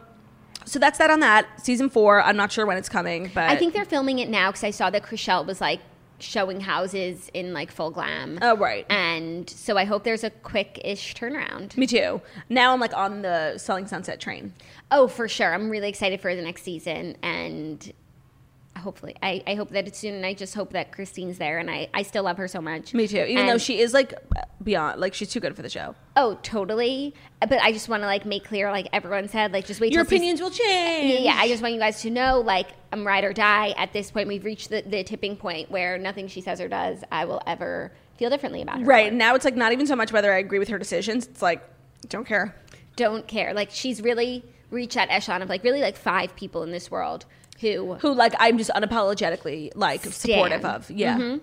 S1: so that's that on that season four. I'm not sure when it's coming, but
S2: I think they're filming it now because I saw that Chriselle was like showing houses in like full glam.
S1: Oh, right.
S2: And so I hope there's a quick-ish turnaround.
S1: Me too. Now I'm like on the Selling Sunset train.
S2: Oh, for sure. I'm really excited for the next season and hopefully I, I hope that it's soon and I just hope that Christine's there and I, I still love her so much.
S1: Me too. Even
S2: And-
S1: though she is like beyond, like she's too good for the show.
S2: Oh, totally. But I just want to like make clear, like everyone said, like just wait.
S1: Your
S2: till season-
S1: opinions will change.
S2: Yeah, yeah. I just want you guys to know, like, I'm ride or die. At this point, we've reached the, the tipping point where nothing she says or does I will ever feel differently about her.
S1: Right now, it's like not even so much whether I agree with her decisions. It's like don't care.
S2: Don't care. Like, she's really reached that echelon of like really like five people in this world who,
S1: Who like I'm just unapologetically like supportive of. Yeah.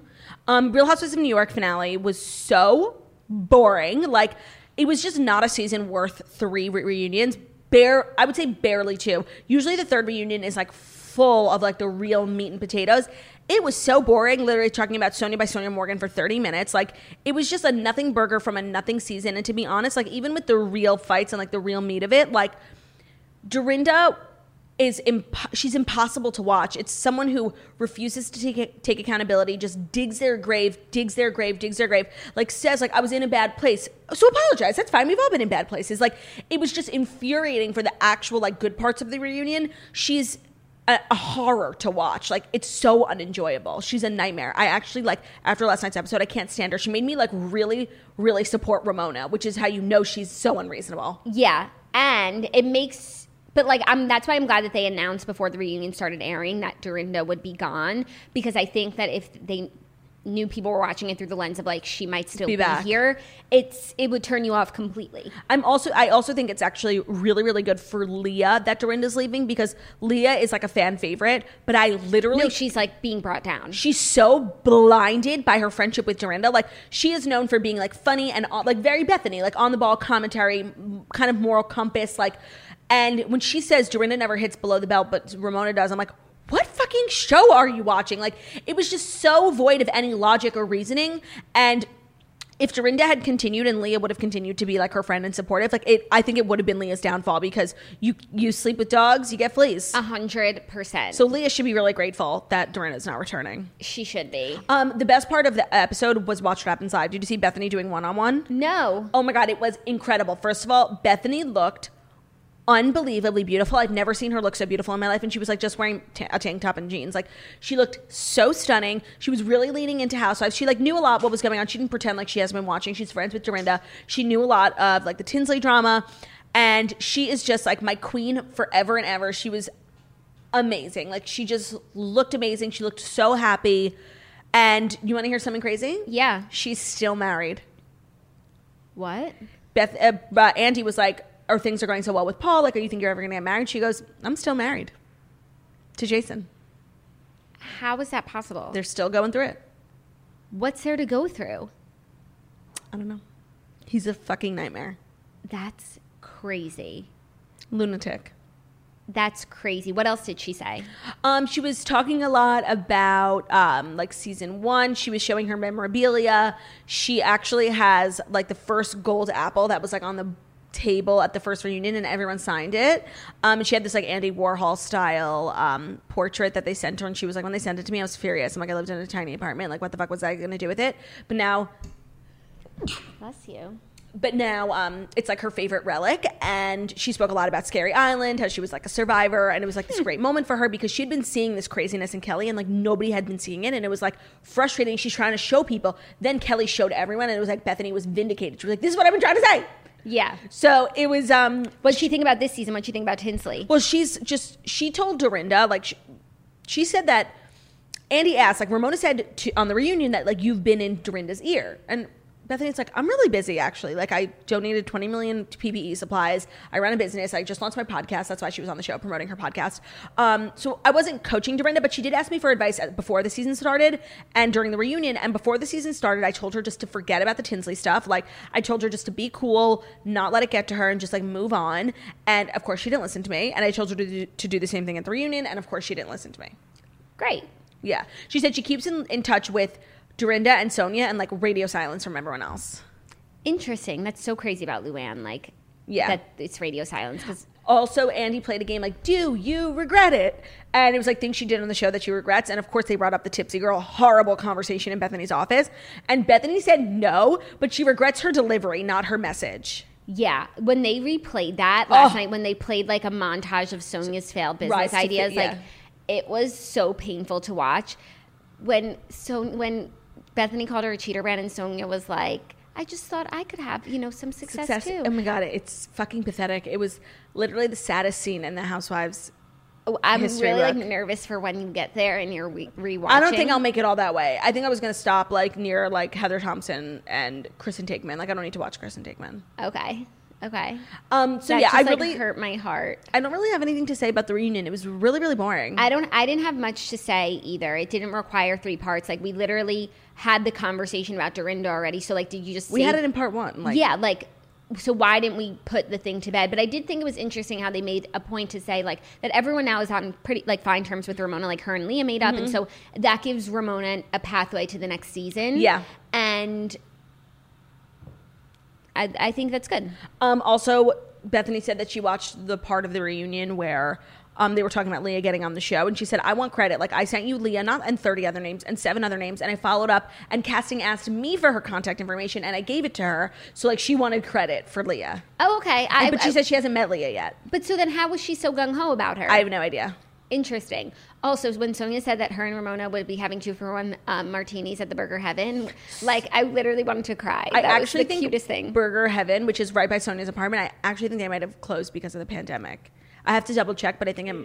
S1: Um, Real Housewives of New York finale was so boring. Like it was just not a season worth three re- reunions. Bare, I would say barely two. Usually the third reunion is like full of like the real meat and potatoes. It was so boring, literally talking about Sonya by Sonia Morgan for 30 minutes. Like, it was just a nothing burger from a nothing season. And to be honest, like, even with the real fights and like the real meat of it, like, Dorinda is imp- she's impossible to watch. It's someone who refuses to take take accountability, just digs their grave, digs their grave, digs their grave. Like says like I was in a bad place. So apologize. That's fine. We've all been in bad places. Like it was just infuriating for the actual like good parts of the reunion. She's a, a horror to watch. Like it's so unenjoyable. She's a nightmare. I actually like after last night's episode, I can't stand her. She made me like really really support Ramona, which is how you know she's so unreasonable.
S2: yeah. And it makes, but like, I'm, that's why I'm glad that they announced before the reunion started airing that Dorinda would be gone because I think that if they, knew people were watching it through the lens of like she might still
S1: Be
S2: be,
S1: back.
S2: here it's it would turn you off completely
S1: I'm also I also think it's actually really really good for Leah that Dorinda's leaving because Leah is like a fan favorite, but I literally
S2: no she's like being brought down
S1: she's so blinded by her friendship with Dorinda. Like she is known for being like funny and on- like very Bethany, like on the ball commentary, m- kind of moral compass. Like, and when she says Dorinda never hits below the belt, but Ramona does, I'm like. What fucking show are you watching? Like, it was just so void of any logic or reasoning. And if Dorinda had continued and Leah would have continued to be like her friend and supportive, like it, I think it would have been Leah's downfall because you you sleep with dogs, you get fleas.
S2: A hundred percent.
S1: so Leah should be really grateful that Dorinda's not returning.
S2: she should be.
S1: Um, the best part of the episode was Watch What Happens Live. Did you see Bethany doing one on one?
S2: No.
S1: Oh my god, it was incredible. First of all, Bethany looked unbelievably beautiful. I've never seen her look so beautiful in my life, and she was like just wearing ta- a tank top and jeans. Like she looked so stunning. She was really leaning into Housewives. She like knew a lot what was going on. She didn't pretend like she hasn't been watching. She's friends with Dorinda. She knew a lot of like the Tinsley drama, and she is just like my queen forever and ever. She was amazing. Like she just looked amazing. She looked so happy. And you want to hear something crazy?
S2: Yeah.
S1: She's still married.
S2: What?
S1: Beth, uh, uh, Andy was like, "Are things are going so well with Paul? Like, are you think you're ever going to get married?" She goes, "I'm still married to Jason.
S2: How is that possible?
S1: They're still going through it.
S2: What's there to go through?
S1: I don't know. He's a fucking nightmare,
S2: That's crazy.
S1: lunatic."
S2: That's crazy. What else did she say?
S1: Um, she was talking a lot about um, like season one. She was showing her memorabilia. She actually has like the first gold apple that was like on the table at the first reunion, and everyone signed it. Um, and she had this like Andy Warhol style um, portrait that they sent her, and she was like, when they sent it to me, I was furious. I'm like, I lived in a tiny apartment. Like, what the fuck was I gonna do with it? But now
S2: Bless you.
S1: but now um, it's like her favorite relic and she spoke a lot about scary island how she was like a survivor and it was like this great moment for her because she'd been seeing this craziness in kelly and like nobody had been seeing it and it was like frustrating she's trying to show people then kelly showed everyone and it was like bethany was vindicated she was like this is what i've been trying to say
S2: Yeah.
S1: so it was um
S2: What'd she think about this season? What'd she think about Tinsley?
S1: well, she's just she told Dorinda like she, she said that Andy asked like Ramona said to, on the reunion that like you've been in Dorinda's ear and Bethany's like I'm really busy actually like I donated 20 million to PPE supplies I run a business I just launched my podcast that's why she was on the show promoting her podcast um so I wasn't coaching Dorinda but she did ask me for advice at- before the season started and during the reunion and before the season started I told her just to forget about the Tinsley stuff like I told her just to be cool not let it get to her and just like move on and of course she didn't listen to me and I told her to do, to do the same thing at the reunion and of course she didn't listen to me
S2: Great.
S1: yeah. She said she keeps in, in touch with Dorinda and Sonia and like radio silence from everyone else.
S2: Interesting. That's so crazy about Luann. Like,
S1: Yeah.
S2: that it's radio silence because
S1: Also, Andy played a game like, "Do you regret it?" And it was like things she did on the show that she regrets. And of course, they brought up the tipsy girl horrible conversation in Bethany's office. And Bethany said no, but she regrets her delivery, not her message.
S2: Yeah, when they replayed that last
S1: Oh.
S2: night, when they played like a montage of Sonia's failed business
S1: Rise to fa-
S2: ideas, like it was so painful to watch. When so when Bethany called her a cheater brand, and Sonia was like, "I just thought I could have you know some success, too."
S1: Oh my god, it's fucking pathetic. It was literally the saddest scene in The Housewives.
S2: Oh, I'm
S1: History
S2: really like
S1: book.
S2: nervous for when you get there and you're re- rewatching.
S1: I don't think I'll make it all that way. I think I was gonna stop like near like Heather Thompson and Kristen Takeman. Like I don't need to watch Kristen Takeman.
S2: Okay, okay.
S1: Um, so
S2: that
S1: yeah,
S2: just,
S1: I
S2: like,
S1: really,
S2: hurt my heart.
S1: I don't really have anything to say about the reunion. It was really, really boring.
S2: I don't. I didn't have much to say either. It didn't require three parts. Like we literally had the conversation about Dorinda already. So like, did you just?
S1: we
S2: save-
S1: had it in part one. Like,
S2: yeah, like so why didn't we put the thing to bed? But I did think it was interesting how they made a point to say like that everyone now is on pretty like fine terms with Ramona, like her and Leah made up, and so that gives Ramona a pathway to the next season.
S1: Yeah.
S2: and I, I think that's good.
S1: Um, also, Bethany said that she watched the part of the reunion where um, they were talking about Leah getting on the show, and she said, "I want credit. Like I sent you Leah, not and thirty other names and seven other names, and I followed up. And casting asked me for her contact information, and I gave it to her. So like she wanted credit for Leah,
S2: Oh, okay. I,
S1: but she said she hasn't met Leah yet.
S2: but so then how was she so gung ho about her?
S1: I have no idea.
S2: Interesting. Also, when Sonia said that her and Ramona would be having two for one um, martinis at the Burger Heaven, like I literally wanted to cry.
S1: I
S2: that
S1: actually
S2: was the
S1: think
S2: cutest thing.
S1: Burger Heaven, which is right by Sonia's apartment, I actually think they might have closed because of the pandemic. I have to double check, but I think it,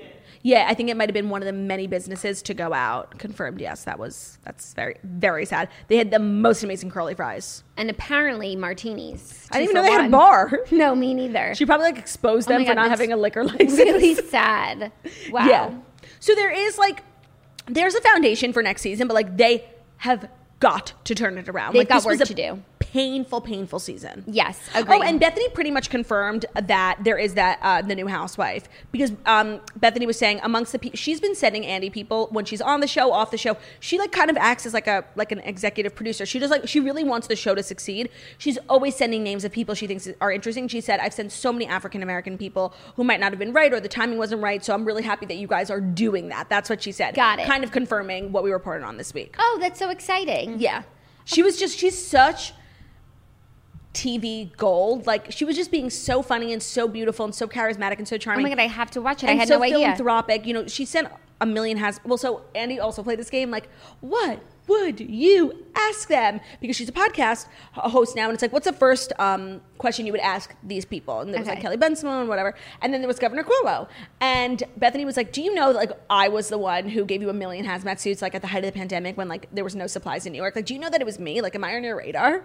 S1: yeah, I think it might have been one of the many businesses to go out. Confirmed, yes, that was that's very very sad. They had the most amazing curly fries.
S2: and apparently martinis.
S1: I didn't
S2: Two
S1: even know they
S2: for
S1: had a
S2: one.
S1: bar.
S2: No, me neither.
S1: She probably like exposed
S2: Oh
S1: them
S2: my
S1: for
S2: God,
S1: not
S2: that's
S1: having a liquor license.
S2: really sad. Wow.
S1: Yeah. So there is like there's a foundation for next season, but like they have got to turn it around.
S2: They've
S1: like,
S2: got
S1: this was
S2: work
S1: a
S2: to do.
S1: Painful, painful season.
S2: Yes, agreed.
S1: Oh, and Bethany pretty much confirmed that there is that uh, the new housewife because um, Bethany was saying amongst the people she's been sending Andy people when she's on the show, off the show. She like kind of acts as like a like an executive producer. She just like she really wants the show to succeed. She's always sending names of people she thinks are interesting. She said, "I've sent so many African American people who might not have been right or the timing wasn't right. So I'm really happy that you guys are doing that." That's what she said.
S2: Got it.
S1: Kind of confirming what we reported on this week.
S2: Oh, that's so exciting.
S1: Yeah. She was just, she's such TV gold. Like, she was just being so funny and so beautiful and so charismatic and so
S2: Oh
S1: charming.
S2: my god, I have to watch it.
S1: and
S2: I had
S1: so
S2: no idea.
S1: philanthropic. You know, she sent a million has. Well, so Andy also played this game. Like, what would you ask them? Because she's a podcast h- host now, and it's like, what's the first um, question you would ask these people? And there was like
S2: Okay.
S1: Kelly Ben Simone, whatever. And then there was Governor Cuomo. And Bethany was like, do you know that like I was the one who gave you a million hazmat suits like at the height of the pandemic when like there was no supplies in New York? Like, do you know that it was me? Like, am I on your radar?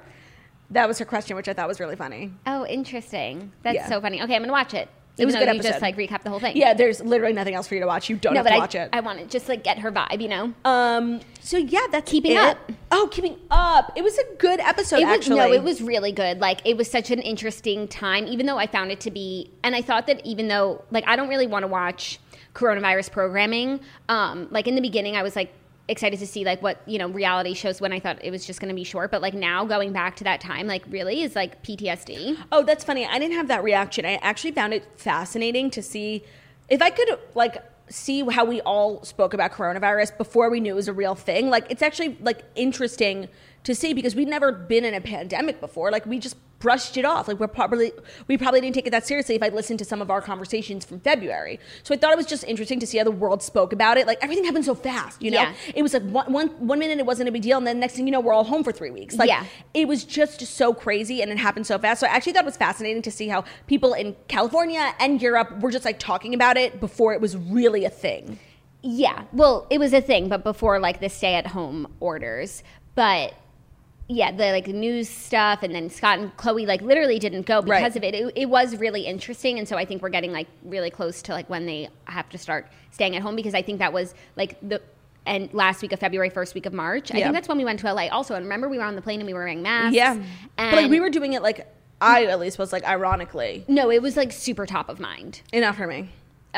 S1: That was her question, which I thought was really funny.
S2: oh, interesting. That's
S1: Yeah.
S2: so funny. Okay, I'm gonna watch it.
S1: It
S2: Even
S1: was a
S2: though
S1: good
S2: you
S1: episode.
S2: just like recap the whole thing.
S1: Yeah, there's literally nothing else for you to watch. You don't
S2: No,
S1: have to
S2: but
S1: watch
S2: I,
S1: it.
S2: I want to just like get her vibe, you know.
S1: Um. So yeah, that's
S2: Keeping
S1: it.
S2: Up.
S1: Oh, keeping up. It was a good episode.
S2: it was
S1: actually,
S2: no, it was really good. Like it was such an interesting time, even though I found it to be, and I thought that even though like I don't really want to watch coronavirus programming, um, like in the beginning I was like excited to see like what you know reality shows when I thought it was just going to be short, but like now going back to that time, like really is like PTSD.
S1: Oh, that's funny. I didn't have that reaction. I actually found it fascinating to see if I could like see how we all spoke about coronavirus before we knew it was a real thing. Like it's actually like interesting to see because we'd never been in a pandemic before. Like we just brushed it off. Like we're probably we probably didn't take it that seriously if I listened to some of our conversations from February. So I thought it was just interesting to see how the world spoke about it. Like everything happened so fast, you know?
S2: Yeah.
S1: It was like one, one one minute it wasn't a big deal and then next thing you know we're all home for 3 weeks. Like
S2: Yeah.
S1: it was just so crazy and it happened so fast. So I actually thought it was fascinating to see how people in California and Europe were just like talking about it before it was really a thing.
S2: Yeah, well, it was a thing, but before like the stay at home orders, but. Yeah, the like news stuff, and then Scott and Chloe like literally didn't go because
S1: Right.
S2: of it. it. It was really interesting, and so I think we're getting like really close to like when they have to start staying at home because I think that was like the and last week of February, first week of March. I
S1: Yeah.
S2: think that's when we went to LA. Also, and remember we were on the plane and we were wearing masks. and
S1: but like we were doing it like I at least was like ironically.
S2: no, it was like super top of mind.
S1: Enough for me.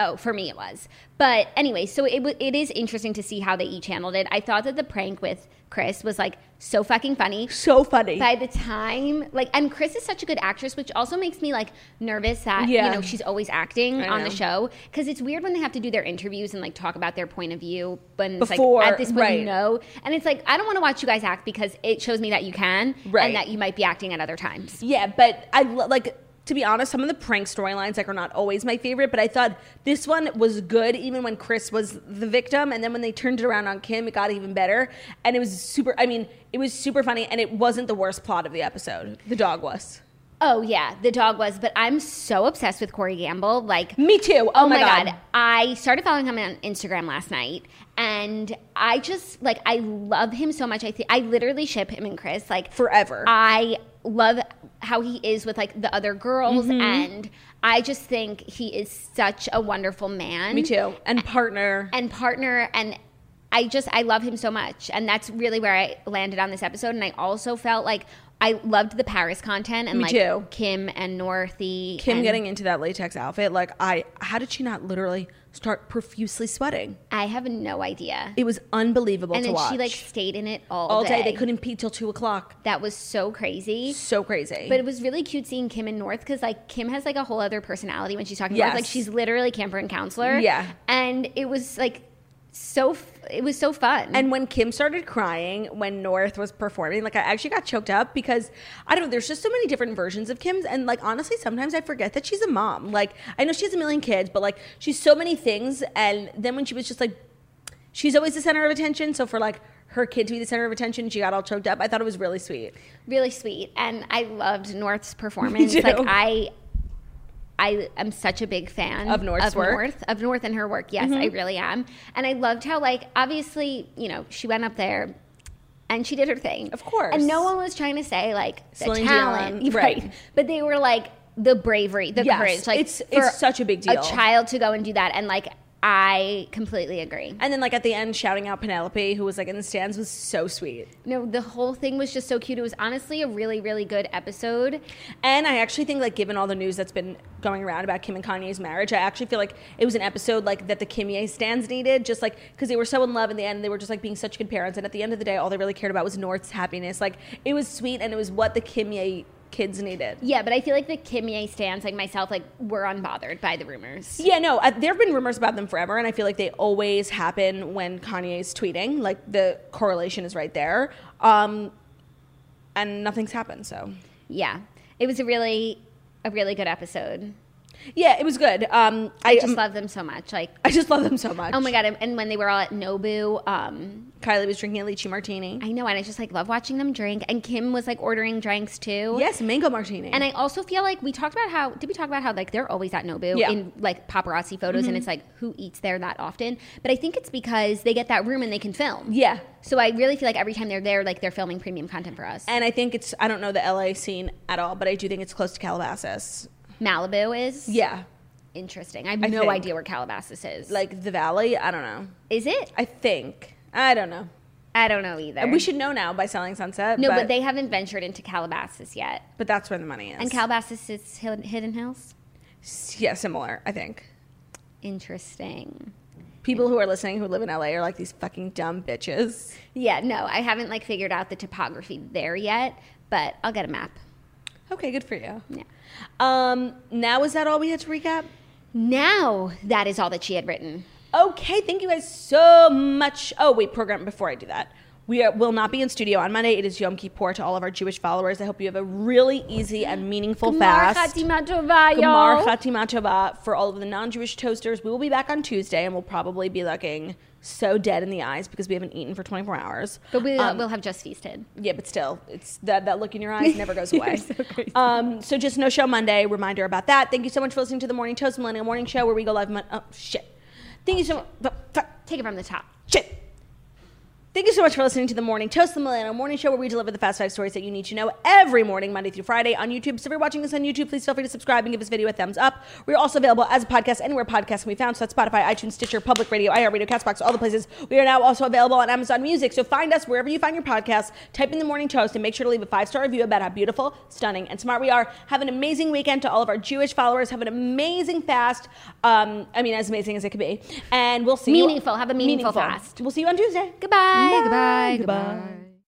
S2: Oh, for me it was. But anyway, so it wa- it is interesting to see how they each handled it. I thought that the prank with Chris was like so fucking funny.
S1: So funny.
S2: By the time, like, and Chris is such a good actress, which also makes me like nervous that
S1: Yeah.
S2: you know she's always acting
S1: I
S2: on the
S1: know.
S2: show because it's weird when they have to do their interviews and like talk about their point of view. When it's,
S1: Before,
S2: like, at this point,
S1: right.
S2: you know, and it's like I don't want to watch you guys act because it shows me that you can
S1: Right.
S2: and that you might be acting at other times.
S1: Yeah, but I lo- like to be honest, some of the prank storylines like are not always my favorite, but I thought this one was good even when Chris was the victim and then when they turned it around on Kim, it got even better. And it was super I mean, it was super funny and it wasn't the worst plot of the episode. The dog was.
S2: Oh yeah, the dog was, but I'm so obsessed with Corey Gamble. Like
S1: Me too. Oh,
S2: Oh my god. I started following him on Instagram last night and I just like I love him so much. I think I literally ship him and Chris like
S1: Forever.
S2: I love how he is with like the other girls
S1: Mm-hmm.
S2: and I just think he is such a wonderful man.
S1: Me too. And partner.
S2: And partner and I just I love him so much and that's really where I landed on this episode and I also felt like I loved the Paris content and
S1: Me
S2: like
S1: too.
S2: Kim and Northy
S1: Kim
S2: and-
S1: getting into that latex outfit, like I how did she not literally start profusely sweating?
S2: I have no idea.
S1: It was unbelievable
S2: and
S1: to
S2: then
S1: watch.
S2: she like stayed in it all,
S1: all day. They couldn't pee till two o'clock.
S2: That was so crazy.
S1: So crazy.
S2: But it was really cute seeing Kim and North because like Kim has like a whole other personality when she's talking
S1: Yes.
S2: about like she's literally camper and counselor.
S1: Yeah.
S2: and it was like so f- it was so fun.
S1: And when Kim started crying when North was performing, like I actually got choked up because I don't know, there's just so many different versions of Kim's. And like honestly, sometimes I forget that she's a mom. Like I know she has a million kids, but like she's so many things. And then when she was just like, she's always the center of attention. So for like her kid to be the center of attention, she got all choked up. I thought it was really sweet.
S2: really sweet. And I loved North's performance.
S1: too.
S2: Like I. I am such a big fan
S1: Of North's
S2: of
S1: work. Mm-hmm.
S2: North, of North and her work. Yes, I really am. And I loved how, like, obviously, you know, she went up there and she did her thing.
S1: Of course.
S2: And no one was trying to say, like, the
S1: Celine
S2: talent.
S1: Dion,
S2: right.
S1: right.
S2: But they were like, the bravery, the
S1: Yes,
S2: courage. Like,
S1: it's- it's
S2: for
S1: such a big deal.
S2: A child to go and do that. And, like, I completely agree.
S1: And then like at the end, shouting out Penelope, who was like in the stands, was so sweet.
S2: No, the whole thing was just so cute. It was honestly a really, really good episode.
S1: And I actually think, like, given all the news that's been going around about Kim and Kanye's marriage, I actually feel like it was an episode like that the Kimye stands needed, just like because they were so in love in the end, they were just like being such good parents, and at the end of the day, all they really cared about was North's happiness. Like, it was sweet, and it was what the Kimye kids needed.
S2: Yeah, but I feel like the Kimye stands, like myself, like were unbothered by the rumors.
S1: Yeah, no, uh, there have been rumors about them forever, and I feel like they always happen when Kanye's tweeting. Like, the correlation is right there, um, and nothing's happened. So,
S2: Yeah, it was a really, a really good episode.
S1: yeah, it was good. Um, I,
S2: I just
S1: um,
S2: love them so much. Like,
S1: I just love them so much.
S2: oh my god! And and when they were all at Nobu, um,
S1: Kylie was drinking a lychee martini.
S2: I know, and I just like love watching them drink. And Kim was like ordering drinks too.
S1: Yes, mango martini.
S2: And I also feel like we talked about how did we talk about how like they're always at Nobu
S1: Yeah. Mm-hmm.
S2: in like paparazzi photos, and it's like who eats there that often? But I think it's because they get that room and they can film.
S1: yeah.
S2: So I really feel like every time they're there, like they're filming premium content for us.
S1: And I think it's I don't know the LA scene at all, but I do think it's close to Calabasas.
S2: Malibu is
S1: Yeah.
S2: interesting. I have
S1: I
S2: no
S1: think.
S2: idea where Calabasas is.
S1: Like the valley, I don't know.
S2: is it?
S1: I think. I don't know.
S2: I don't know either.
S1: We should know now by selling sunset.
S2: No, but, they haven't ventured into Calabasas yet.
S1: but that's where the money is.
S2: And Calabasas is Hid- Hidden Hills.
S1: yeah, similar, I think.
S2: Interesting.
S1: People who are listening who live in LA are like these fucking dumb bitches.
S2: Yeah, no, I haven't like figured out the topography there yet, but I'll get a map.
S1: Okay, good for you.
S2: Yeah.
S1: Um, now is that all we had to recap?
S2: Now that is all that she had written.
S1: Okay, thank you guys so much. Oh, wait, program before I do that. We are, will not be in studio on Monday. It is Yom Kippur to all of our Jewish followers. I hope you have a really easy and meaningful fast.
S2: Gemar Chatima Tova,
S1: Gemar
S2: y'all.
S1: Chatima Tova for all of the non-Jewish toasters. We will be back on Tuesday, and we'll probably be looking so dead in the eyes because we haven't eaten for 24 hours.
S2: But we,
S1: Um,
S2: we'll have just feasted.
S1: yeah, but still, it's that that look in your eyes never goes away. um, so just no show Monday. Reminder about that. Thank you so much for listening to the Morning Toast Millennial Morning Show, where we go live. Mon- oh shit! Thank you so much. fuck.
S2: Take it from the top.
S1: Shit. Thank you so much for listening to the Morning Toast, the Millennial Morning Show, where we deliver the fast five stories that you need to know every morning, Monday through Friday, on YouTube. So if you're watching this on YouTube, please feel free to subscribe and give this video a thumbs up. We're also available as a podcast anywhere podcasts can be found, so that's Spotify, iTunes, Stitcher, Public Radio, iHeartRadio, Castbox, all the places. We are now also available on Amazon Music. So find us wherever you find your podcasts. Type in the Morning Toast and make sure to leave a five star review about how beautiful, stunning, and smart we are. Have an amazing weekend to all of our Jewish followers. Have an amazing fast. Um, I mean, as amazing as it could be. And we'll see you-
S2: Meaningful. Have a meaningful fast.
S1: We'll see you on Tuesday.
S2: Goodbye. Goodbye. Goodbye.
S1: Goodbye.
S2: goodbye.